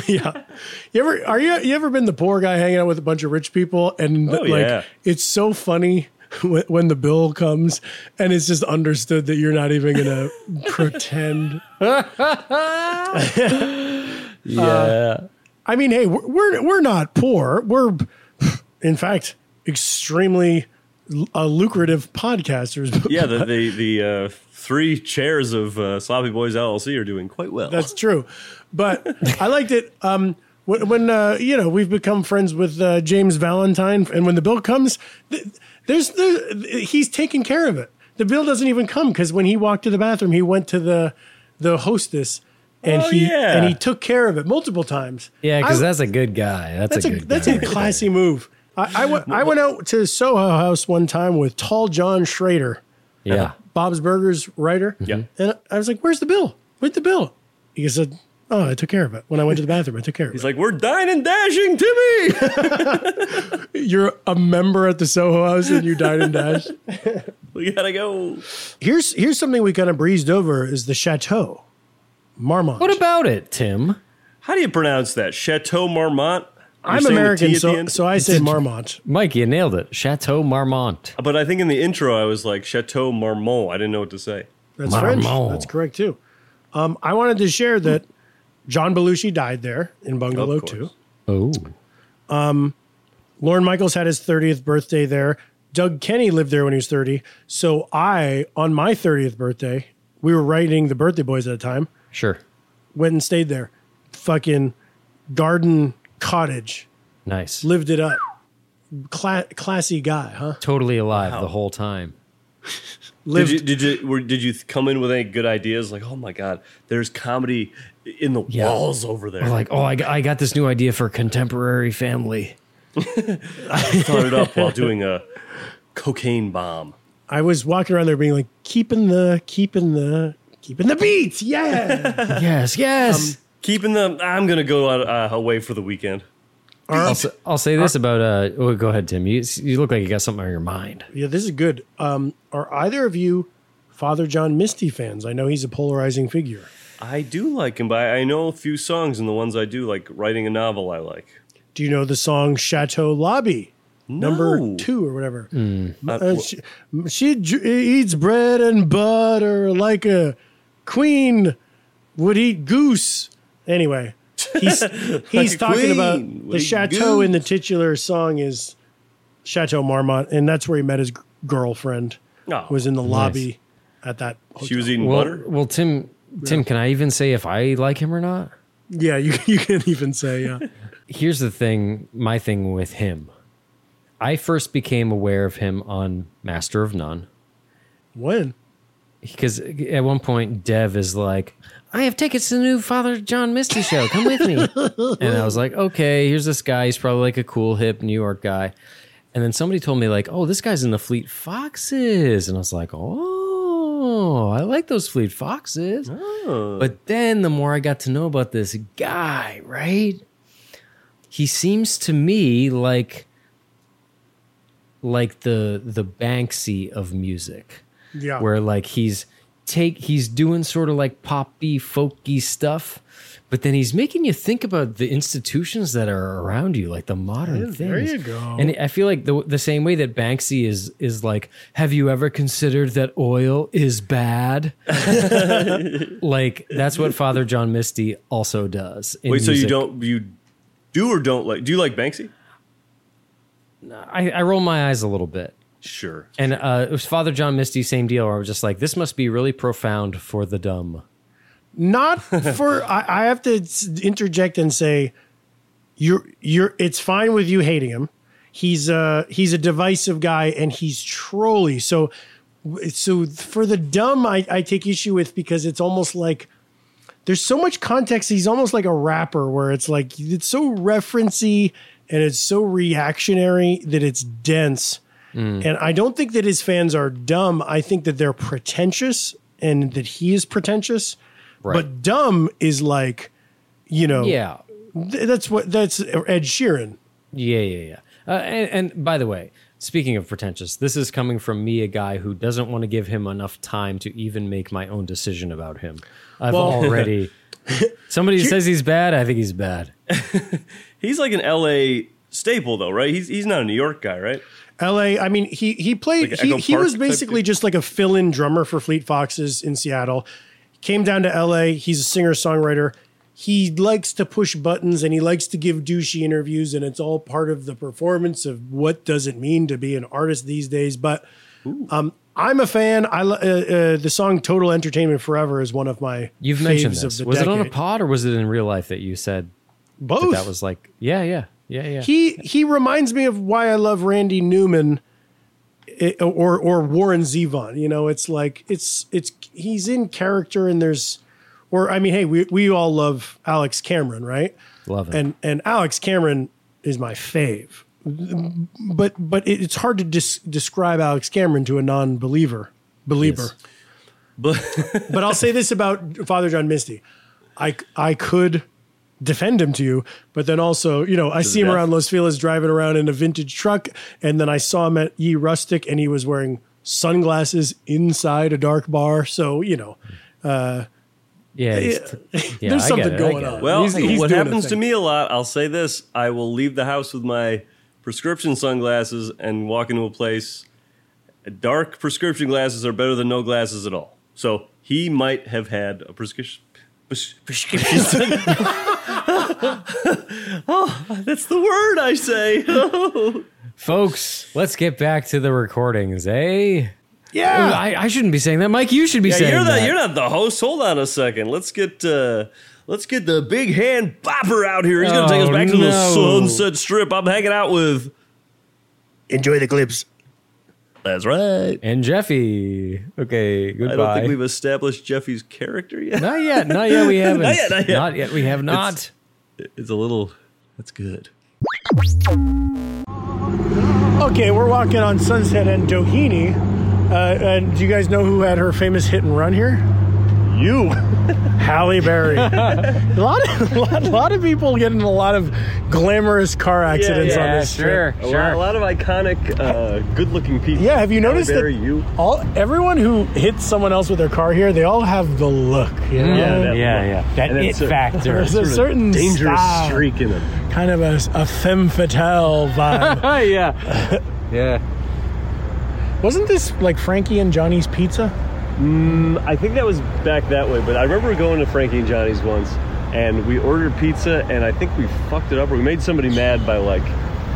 Speaker 3: yeah. You ever are you you ever been the poor guy hanging out with a bunch of rich people and
Speaker 1: Oh,
Speaker 3: like
Speaker 1: yeah.
Speaker 3: it's so funny when when the bill comes and it's just understood that you're not even gonna pretend.
Speaker 2: Yeah.
Speaker 3: I mean, hey, we're we're, we're not poor. We're in fact extremely l- uh, lucrative podcasters.
Speaker 9: Yeah, the the, the uh, three chairs of uh, Sloppy Boys LLC are doing quite well.
Speaker 3: That's true. But I liked it. Um, when, when uh, you know we've become friends with uh, James Valentine, and when the bill comes, th- there's, there's he's taking care of it. The bill doesn't even come because when he walked to the bathroom, he went to the the hostess, and
Speaker 9: Oh,
Speaker 3: he
Speaker 9: yeah.
Speaker 3: and he took care of it multiple times.
Speaker 2: Yeah, because
Speaker 3: I-
Speaker 2: that's a good guy. That's,
Speaker 3: that's
Speaker 2: a
Speaker 3: a,
Speaker 2: good
Speaker 3: that's
Speaker 2: guy.
Speaker 3: a classy move. I, I went I went out to Soho House one time with Tall John Schrader.
Speaker 2: yeah.
Speaker 3: Bob's Burgers writer.
Speaker 9: Yeah.
Speaker 3: And I was like, where's the bill? Where's the bill? He said, oh, I took care of it. When I went to the bathroom, I took care of
Speaker 9: He's
Speaker 3: it.
Speaker 9: like, we're dine and dashing, Timmy.
Speaker 3: You're a member at the Soho House and you died and dash.
Speaker 9: we gotta go.
Speaker 3: here's here's something we kind of breezed over is the chateau. Marmont.
Speaker 2: What about it, Tim?
Speaker 9: How do you pronounce that? Chateau Marmont. You're
Speaker 3: I'm
Speaker 9: saying the T
Speaker 3: American,
Speaker 9: at the
Speaker 3: so,
Speaker 9: end?
Speaker 3: so I say Marmont.
Speaker 2: Mike, you nailed it. Chateau Marmont.
Speaker 9: But I think in the intro I was like Chateau Marmont. I didn't know what to say.
Speaker 3: That's
Speaker 2: Marmont.
Speaker 3: French. That's correct too. Um, I wanted to share that John Belushi died there in Bungalow
Speaker 9: course.
Speaker 3: too.
Speaker 2: Oh.
Speaker 3: Lauren Michaels had his 30th birthday there. Doug Kenny lived there when he was 30. So I, on my 30th birthday, we were writing the birthday boys at the time,
Speaker 2: Sure.
Speaker 3: went and stayed there. Fucking garden cottage.
Speaker 2: Nice.
Speaker 3: Lived it up. Cla- classy guy, huh?
Speaker 2: Totally alive the whole time.
Speaker 9: Did
Speaker 3: Lived
Speaker 9: you did you were, did you th- come in with any good ideas? Like, oh my god, there's comedy in the
Speaker 2: Yeah.
Speaker 9: walls over there.
Speaker 2: Or like, oh, I, got- I got this new idea for contemporary family.
Speaker 9: thought it up while doing a cocaine bomb.
Speaker 3: I was walking around there being like, keeping the, keeping the, keeping the beats. Yeah.
Speaker 2: Yes, yes.
Speaker 1: Um,
Speaker 9: Keeping them. I'm gonna go out, uh, away for the weekend.
Speaker 2: I'll, say, I'll say this about. Uh, oh, go ahead, Tim. You you look like you got something on your mind.
Speaker 3: yeah, this is good. Um, are either of you Father John Misty fans? I know he's a polarizing figure.
Speaker 9: I do like him, but I I know a few songs, and the ones I do like, writing a novel, I like.
Speaker 3: Do you know the song Chateau Lobby? Number
Speaker 9: No.
Speaker 3: two or whatever.
Speaker 9: Uh,
Speaker 3: Uh, she she j- eats bread and butter like a queen would eat goose. Anyway, he's he's
Speaker 9: a
Speaker 3: talking
Speaker 9: queen
Speaker 3: about
Speaker 9: would
Speaker 3: the
Speaker 9: eat
Speaker 3: chateau in the titular song is Chateau Marmont, and that's where he met his g- girlfriend.
Speaker 9: Oh,
Speaker 3: was in the lobby at that. Hotel.
Speaker 9: she was eating
Speaker 2: Well,
Speaker 9: butter.
Speaker 2: well, Tim, Tim, can I even say if I like him or not?
Speaker 3: yeah, you you can't even say uh, yeah.
Speaker 2: here's the thing my thing with him i first became aware of him on master of none
Speaker 3: when
Speaker 2: because at one point dev is like i have tickets to the new father john misty show come with me and i was like okay here's this guy he's probably like a cool hip new york guy and then somebody told me like oh this guy's in the fleet foxes and i was like oh i like those fleet foxes but then the more i got to know about this guy right he seems to me like like the the banksy of music
Speaker 3: yeah
Speaker 2: where like he's take he's doing sort of like poppy folky stuff but then he's making you think about the institutions that are around you like the modern things
Speaker 3: there you go.
Speaker 2: and i feel like the, the same way that banksy is is like have you ever considered that oil is bad like that's what father john misty also does in
Speaker 9: Wait, so you
Speaker 2: music.
Speaker 9: don't you do or don't like? Do you like Banksy?
Speaker 2: I, I roll my eyes a little bit
Speaker 9: Sure.
Speaker 2: and uh, it was father john misty same deal where i was just like this must be really profound for the dumb
Speaker 3: not for I, I have to s- interject and say you're you're it's fine with you hating him he's a he's a divisive guy and he's trolly so so for the dumb I, I take issue with because it's almost like there's so much context he's almost like a rapper where it's like it's so referency and it's so reactionary that it's dense and I don't think that his fans are dumb. I think that they're pretentious and that he is pretentious. But dumb is like, you know,
Speaker 2: yeah
Speaker 3: th- that's what that's Ed Sheeran.
Speaker 2: Yeah, yeah, yeah. Uh, and, and by the way, speaking of pretentious, this is coming from me, a guy who doesn't want to give him enough time to even make my own decision about him. I've already. Somebody says he's bad. I think he's bad.
Speaker 9: He's like an LA
Speaker 1: staple though, right? He's he's not a New York guy, right?
Speaker 3: L.A. I mean, he he played.
Speaker 1: Like
Speaker 3: he
Speaker 1: Echo
Speaker 3: he
Speaker 1: Park
Speaker 3: was
Speaker 1: type
Speaker 3: basically
Speaker 1: dude?
Speaker 3: just like a fill-in drummer for Fleet Foxes in Seattle. Came down to L.A. He's a singer-songwriter. He likes to push buttons and he likes to give douchey interviews, and it's all part of the performance of what does it mean to be an artist these days. But um, I'm a fan. I lo- uh, uh, the song "Total Entertainment Forever" is one of my
Speaker 2: You've mentioned
Speaker 3: faves
Speaker 2: this.
Speaker 3: of the
Speaker 2: Was it on a
Speaker 3: decade.
Speaker 2: pod or was it in real life that you said
Speaker 3: Both
Speaker 2: that, that was like, yeah, yeah, yeah, yeah.
Speaker 3: he he reminds me of why I love Randy Newman eh, or or Warren Zevon. You know, it's like it's it's he's in character and there's or I mean, hey, we we all love Alex Cameron, right?
Speaker 2: Love him.
Speaker 3: And and Alex Cameron is my fave. But but it- it's hard to dis- describe Alex Cameron to a non-believer believer. But I'll say this about Father John Misty. I, I could defend him to you, but then also, you know, I see him
Speaker 1: death.
Speaker 3: around Los Feliz driving around in a vintage truck, and then I saw him at Ye Rustic, and he was wearing sunglasses inside a dark bar. So you know,
Speaker 2: yeah, he's-
Speaker 3: uh,
Speaker 2: yeah, I get
Speaker 3: there's something
Speaker 2: it, I
Speaker 3: going
Speaker 2: get
Speaker 3: on.
Speaker 2: it.
Speaker 1: Well,
Speaker 3: He's- he's
Speaker 1: what
Speaker 3: doing a
Speaker 1: happens to
Speaker 3: thing.
Speaker 1: me a lot, I'll say this: I will leave the house with my prescription sunglasses and walk into a place. Dark prescription glasses are better than no glasses at all. So he might have had a prescription. Prescription. sun- oh, that's the word I say.
Speaker 2: Folks, let's get back to the recordings, eh?
Speaker 3: Yeah.
Speaker 2: I, I shouldn't be saying that. Mike, you should be saying
Speaker 1: Yeah, you're
Speaker 2: that.
Speaker 1: the, you're not the host. Hold on a second. Let's get uh, let's get the big hand bopper out here. He's gonna take us
Speaker 2: Oh,
Speaker 1: back to the
Speaker 2: no.
Speaker 1: sunset strip. I'm hanging out with.
Speaker 10: Enjoy the clips.
Speaker 1: That's right.
Speaker 2: and Jeffy. Okay, goodbye.
Speaker 1: I don't think we've established Jeffy's character yet.
Speaker 2: not yet. Not yet. We haven't.
Speaker 1: Not yet, not yet.
Speaker 2: We have not.
Speaker 1: It's a little. That's good.
Speaker 3: Okay, we're walking on Sunset and Doheny. Uh, and do you guys know who had her famous hit and run here? You, Halle Berry. a lot of a lot, lot of people get in a lot of glamorous car accidents on
Speaker 2: yeah,
Speaker 3: this trip.
Speaker 2: sure,
Speaker 1: A,
Speaker 2: sure.
Speaker 1: lot, a lot of iconic, uh, good-looking people.
Speaker 3: Yeah, have you
Speaker 1: Halle
Speaker 3: noticed that
Speaker 1: Berry, you?
Speaker 3: all everyone who hits someone else with their car here, they all have the look. You know?
Speaker 1: Mm. Yeah, that-
Speaker 7: Yeah, yeah. That
Speaker 1: And
Speaker 7: it
Speaker 1: it's a-
Speaker 7: factor.
Speaker 3: There's a
Speaker 1: Sort of
Speaker 3: certain
Speaker 1: dangerous
Speaker 3: style,
Speaker 1: streak in them.
Speaker 3: kind of a, a femme fatale vibe.
Speaker 2: Oh, yeah. yeah.
Speaker 3: Wasn't this like Frankie and Johnny's Pizza?
Speaker 11: I think that was back that way, but I remember going to Frankie and Johnny's once, and we ordered pizza, and I think we fucked it up, or we made somebody mad by like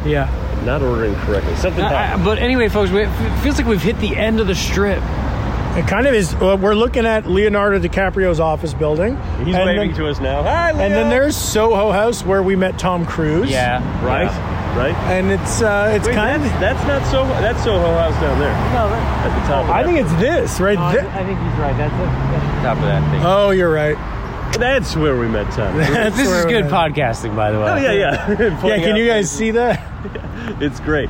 Speaker 3: Yeah,
Speaker 11: not ordering correctly. Something happened.
Speaker 7: but anyway, folks, we, it feels like we've hit the end of the strip.
Speaker 3: it kind of is. Well, we're looking at Leonardo DiCaprio's office building.
Speaker 11: He's
Speaker 3: and
Speaker 11: waving
Speaker 3: then,
Speaker 11: to us now. Hi, Leo.
Speaker 3: And then there's Soho House where we met Tom Cruise.
Speaker 7: Yeah.
Speaker 11: right, right.
Speaker 3: and it's uh, it's
Speaker 11: Wait,
Speaker 3: kind
Speaker 11: that's, that's not so. That's Soho House down there
Speaker 7: No, that,
Speaker 11: at the top. Of
Speaker 3: of. I think it's this right
Speaker 7: I,
Speaker 3: there.
Speaker 7: Uh, I think he's right. That's it. Top of that thing.
Speaker 3: Oh, you're right.
Speaker 11: that. that's where we met Tom. oh
Speaker 3: That's
Speaker 7: this is
Speaker 3: where
Speaker 7: good
Speaker 3: we're at.
Speaker 7: podcasting, by the way.
Speaker 11: yeah, yeah.
Speaker 3: Yeah,
Speaker 11: Pulling
Speaker 3: can
Speaker 11: out.
Speaker 3: you guys see that?
Speaker 11: It's great.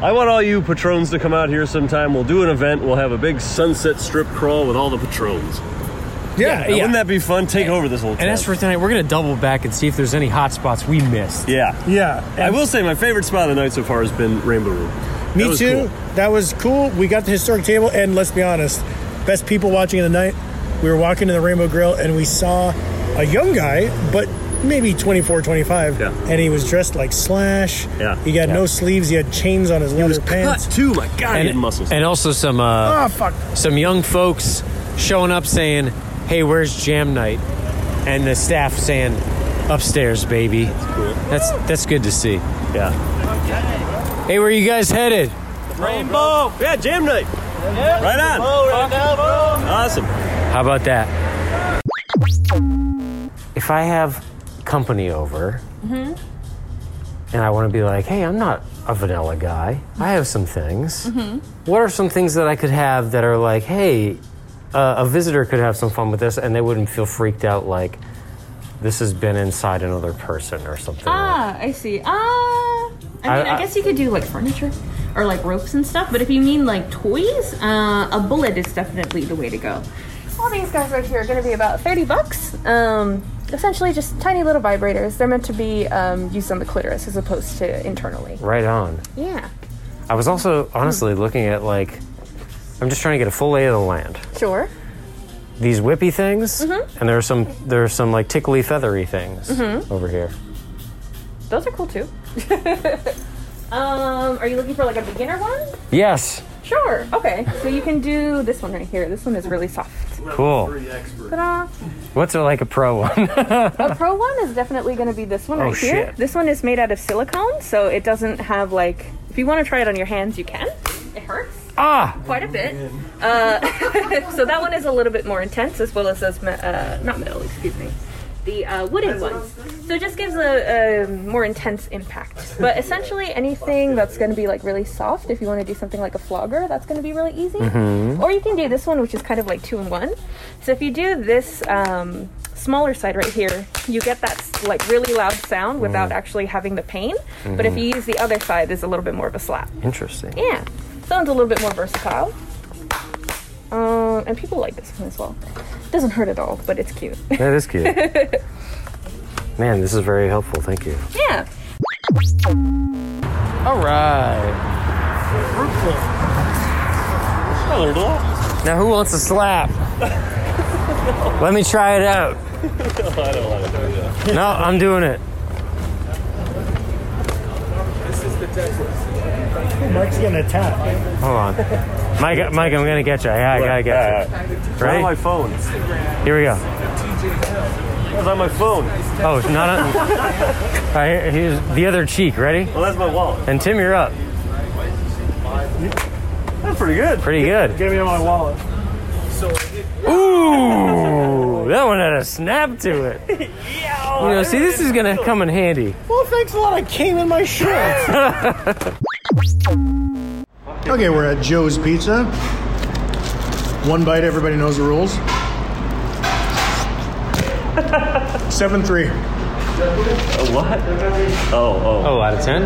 Speaker 11: I want all you patrons to come out here sometime. We'll do an event. We'll have a big sunset strip crawl with all the patrons.
Speaker 3: Yeah,
Speaker 11: Now, Wouldn't that be fun? Take over this little.
Speaker 7: And as for tonight, we're gonna double back and see if there's any hot spots we missed.
Speaker 11: yeah.
Speaker 3: yeah.
Speaker 11: I will say my favorite spot of the night so far has been Rainbow Room. That
Speaker 3: Me
Speaker 11: was
Speaker 3: too.
Speaker 11: cool.
Speaker 3: That was cool. We got the historic table, and let's be honest, best people watching in the night. We were walking to the Rainbow Grill, and we saw a young guy, but maybe 24, 25,
Speaker 11: Yeah.
Speaker 3: and he was dressed like Slash.
Speaker 11: Yeah.
Speaker 3: He got no sleeves. He had chains on his leather pants.
Speaker 11: Cut too, my god, he had
Speaker 7: And,
Speaker 11: muscles.
Speaker 7: and also some uh,
Speaker 3: Ah, fuck.
Speaker 7: some young folks showing up saying, "Hey, where's jam night?" And the staff saying, "Upstairs, baby." That's cool. That's that's good to see.
Speaker 11: yeah,
Speaker 7: Hey, where you guys headed?
Speaker 11: Rainbow. Yeah, jam night. Right on. Awesome.
Speaker 7: How about that? If I have company over and I want to be like, hey, I'm not a vanilla guy, I have some things. What are some things that I could have that are like, hey, uh, a visitor could have some fun with this and they wouldn't feel freaked out like this has been inside another person or something? like-
Speaker 4: Ah, I see. Ah, I mean,
Speaker 7: I-
Speaker 4: I,
Speaker 7: I-
Speaker 4: guess you could do like furniture or like ropes and stuff. But if you mean like toys, uh, a bullet is definitely the way to go.
Speaker 12: All these guys right here are going to be about 30 bucks. Um, essentially, just tiny little vibrators. They're meant to be um, used on the clitoris as opposed to internally.
Speaker 7: Right on.
Speaker 12: Yeah,
Speaker 7: I was also honestly looking at like, I'm just trying to get a full lay of the land.
Speaker 12: sure.
Speaker 7: these whippy things, and Mm-hmm. there are some there are some like tickly feathery things over here.
Speaker 12: Those are cool too. Um, are you looking for like a beginner one?
Speaker 2: Yes.
Speaker 12: Sure. Okay. So you can do this one right here. This one is really soft.
Speaker 2: Cool.
Speaker 12: Ta-da.
Speaker 2: What's a, like a pro one?
Speaker 12: A pro one is definitely going to be this one
Speaker 2: Oh,
Speaker 12: right here.
Speaker 2: shit.
Speaker 12: This one is made out of silicone, so it doesn't have like. If you want to try it on your hands, you can. It hurts
Speaker 2: ah!
Speaker 12: quite a bit. Uh, so that one is a little bit more intense, as well as those me- uh, not metal, excuse me, the uh, wooden ones. So it just gives a, a more intense impact. But essentially, anything that's going to be like really soft, if you want to do something like a flogger, that's going to be really easy.
Speaker 2: Mm-hmm.
Speaker 12: Or you can do this one, which is kind of like two in one. So if you do this um, smaller side right here, you get that s- like really loud sound without actually having the pain. But if you use the other side, there's a little bit more of a slap.
Speaker 2: Interesting.
Speaker 12: Yeah, sounds a little bit more versatile. Um, and people like this one as well. Doesn't hurt at all, but it's cute.
Speaker 2: That is cute. Man, this is very helpful. Thank you.
Speaker 12: yeah.
Speaker 2: All right.
Speaker 7: I learned a lot.
Speaker 2: Now, who wants a slap? Let me try it out.
Speaker 7: I don't want to do that.
Speaker 2: No, I'm doing it.
Speaker 3: Mike's getting a tap.
Speaker 2: Hold on. Mike, Mike, I'm gonna get you. Yeah, I gotta get you.
Speaker 7: Not on my
Speaker 2: Ready?
Speaker 7: phone. It
Speaker 2: Here we go.
Speaker 7: was on my phone.
Speaker 2: Oh, it's not on. All right, here- here's the other cheek. Ready?
Speaker 7: Well, that's my wallet.
Speaker 2: And Tim, you're up.
Speaker 7: That's pretty good.
Speaker 2: Pretty good.
Speaker 3: Give me my wallet.
Speaker 2: Ooh, that one had a snap to it. You know, see, this is gonna come in handy.
Speaker 3: Well, thanks a lot. I came in my shorts. okay, we're at Joe's Pizza. One bite, everybody knows the rules. 7 3.
Speaker 7: A what? Oh,
Speaker 2: Oh, out of ten.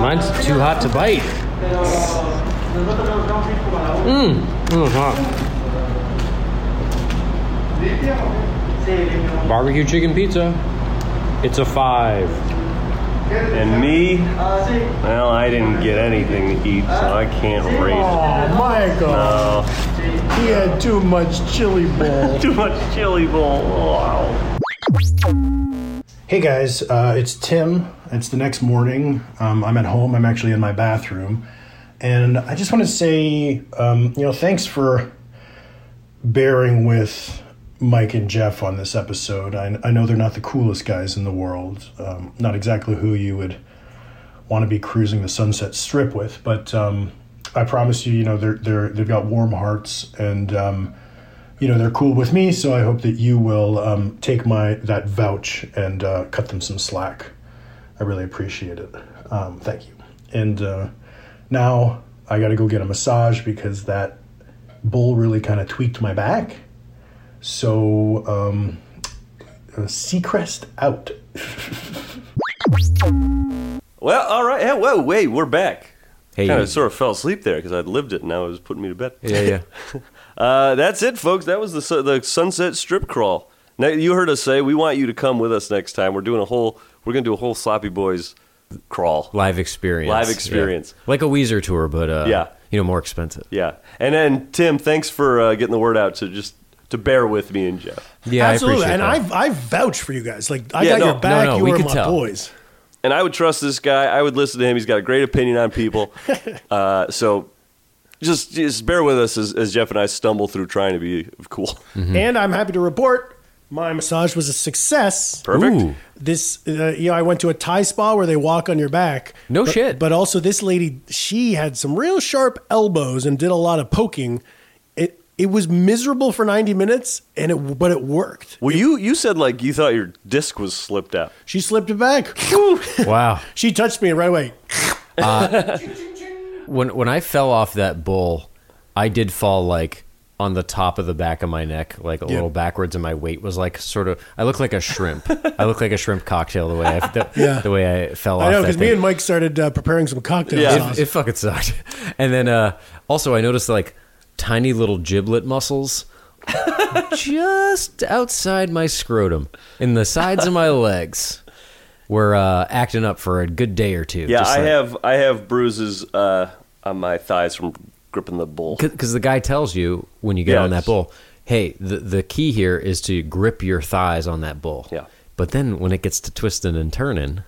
Speaker 2: Mine's too hot to bite. Mmm, Mm, it was hot. Barbecue chicken pizza. It's a five.
Speaker 7: oh. And me? Well, I didn't get anything to eat, so I can't rate it.
Speaker 3: Oh, Michael. He had too much chili bowl.
Speaker 7: Too much chili bowl. Wow.
Speaker 3: Hey guys, uh, it's Tim. It's the next morning. Um, I'm at home. I'm actually in my bathroom. And I just want to say, um, you know, thanks for bearing with Mike and Jeff on this episode. I, I know they're not the coolest guys in the world, um, not exactly who you would want to be cruising the Sunset Strip with, but um, I promise you, you know, they're, they're, they've got warm hearts and. Um, you know they're cool with me so i hope that you will um, take my that vouch and uh, cut them some slack i really appreciate it um, thank you and uh, now i gotta go get a massage because that bull really kind of tweaked my back so um, uh, seacrest out
Speaker 1: Well, all right. Yeah, well, wait, we're back.
Speaker 13: Hey.
Speaker 1: Kind of sort of fell asleep there because I'd lived it and now it was putting me to bed.
Speaker 13: Yeah, yeah.
Speaker 1: Uh, that's it, folks. That was the su- the sunset strip crawl. Now you heard us say we want you to come with us next time. We're doing a whole. We're gonna do a whole sloppy boys crawl.
Speaker 13: Live experience.
Speaker 1: Live
Speaker 13: Yeah.
Speaker 1: experience.
Speaker 13: Like a Weezer tour, but uh,
Speaker 1: Yeah.
Speaker 13: you know, more expensive.
Speaker 1: Yeah, and then Tim, thanks for uh, getting the word out to just to bear with me and Jeff.
Speaker 13: Yeah,
Speaker 14: Absolutely.
Speaker 13: I appreciate
Speaker 14: and
Speaker 13: that.
Speaker 14: I I vouch for you guys. Like I
Speaker 1: Yeah,
Speaker 14: got
Speaker 1: no,
Speaker 14: your
Speaker 1: no,
Speaker 14: back.
Speaker 13: no,
Speaker 14: you
Speaker 13: we
Speaker 14: were
Speaker 13: could
Speaker 14: my
Speaker 13: tell.
Speaker 14: boys.
Speaker 1: And I would trust this guy. I would listen to him. He's got a great opinion on people. uh, so just just bear with us as, as Jeff and I stumble through trying to be cool.
Speaker 13: Mm-hmm.
Speaker 3: and i'm happy to report my massage was a success
Speaker 1: Perfect.
Speaker 13: Ooh.
Speaker 3: this uh, you know i went to a thai spa where they walk on your back
Speaker 13: No
Speaker 3: But-
Speaker 13: shit.
Speaker 3: but also this lady she had some real sharp elbows and did a lot of poking it it was miserable for 90 minutes and it but it worked
Speaker 1: Well, you you said like you thought your disc was slipped out.
Speaker 3: she slipped it back
Speaker 13: Wow.
Speaker 3: she touched me right away
Speaker 13: When when I fell off that bull, I did fall like on the top of the back of my neck, like a little backwards, and my weight was like sort of. I looked like a shrimp. I looked like a shrimp cocktail the way I the,
Speaker 3: Yeah.
Speaker 13: the way I fell
Speaker 3: i
Speaker 13: off.
Speaker 3: know
Speaker 13: that
Speaker 3: because me
Speaker 13: thing.
Speaker 3: and mike started uh, preparing some cocktail
Speaker 1: Yeah.
Speaker 3: sauce
Speaker 13: it, it fucking sucked. And then uh, also I noticed like tiny little giblet muscles just outside my scrotum in the sides of my legs were uh, acting up for a good day or two.
Speaker 1: Yeah,
Speaker 13: Just
Speaker 1: I
Speaker 13: like-
Speaker 1: have I have bruises uh, on my thighs from gripping the bull.
Speaker 13: because the guy tells you when you get
Speaker 1: Yeah,
Speaker 13: on that
Speaker 1: it's-
Speaker 13: bull, hey, the the key here is to grip your thighs on that bull.
Speaker 1: Yeah.
Speaker 13: But then when it gets to twisting and turning,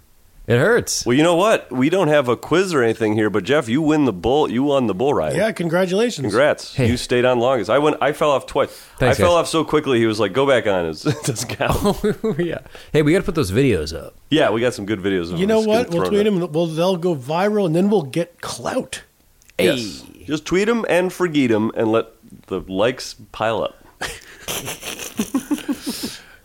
Speaker 2: It hurts.
Speaker 1: Well, you know what? We don't have a quiz or anything here, but Jeff, you win the bull. You won the bull ride.
Speaker 3: Yeah, congratulations.
Speaker 1: Congrats! You stayed on longest. I went. I fell off twice.
Speaker 2: Thanks,
Speaker 1: I fell
Speaker 2: guys.
Speaker 1: off so quickly. He was like, "Go back on." It doesn't count.
Speaker 13: Oh,
Speaker 2: yeah. Hey, we got to put those videos up.
Speaker 1: yeah, we got some good videos. Of
Speaker 3: You know what? We'll tweet them. and We'll, they'll go viral, and then we'll get clout.
Speaker 1: Yes. Just tweet them and forget them, and let the likes pile up.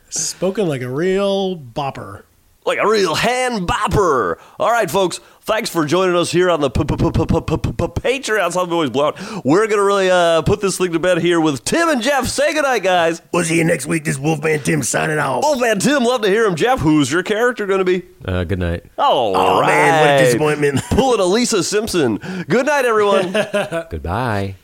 Speaker 3: Spoken like a real bopper.
Speaker 1: like a real hand bopper. All right, folks, thanks for joining us here on the p- p- p- p- p- p- p- Patreon. Something always blown. We're gonna really uh, put this thing to bed here with Tim and Jeff. Say goodnight, guys.
Speaker 7: We'll see you next week. This is Wolfman Tim signing off.
Speaker 1: Oh man, Tim, love to hear him. Jeff, who's your character gonna be?
Speaker 2: Uh, good night.
Speaker 1: All
Speaker 7: Oh, man, what a
Speaker 1: right.
Speaker 7: disappointment.
Speaker 1: Pulling a Lisa Simpson. Good night, everyone.
Speaker 2: Goodbye.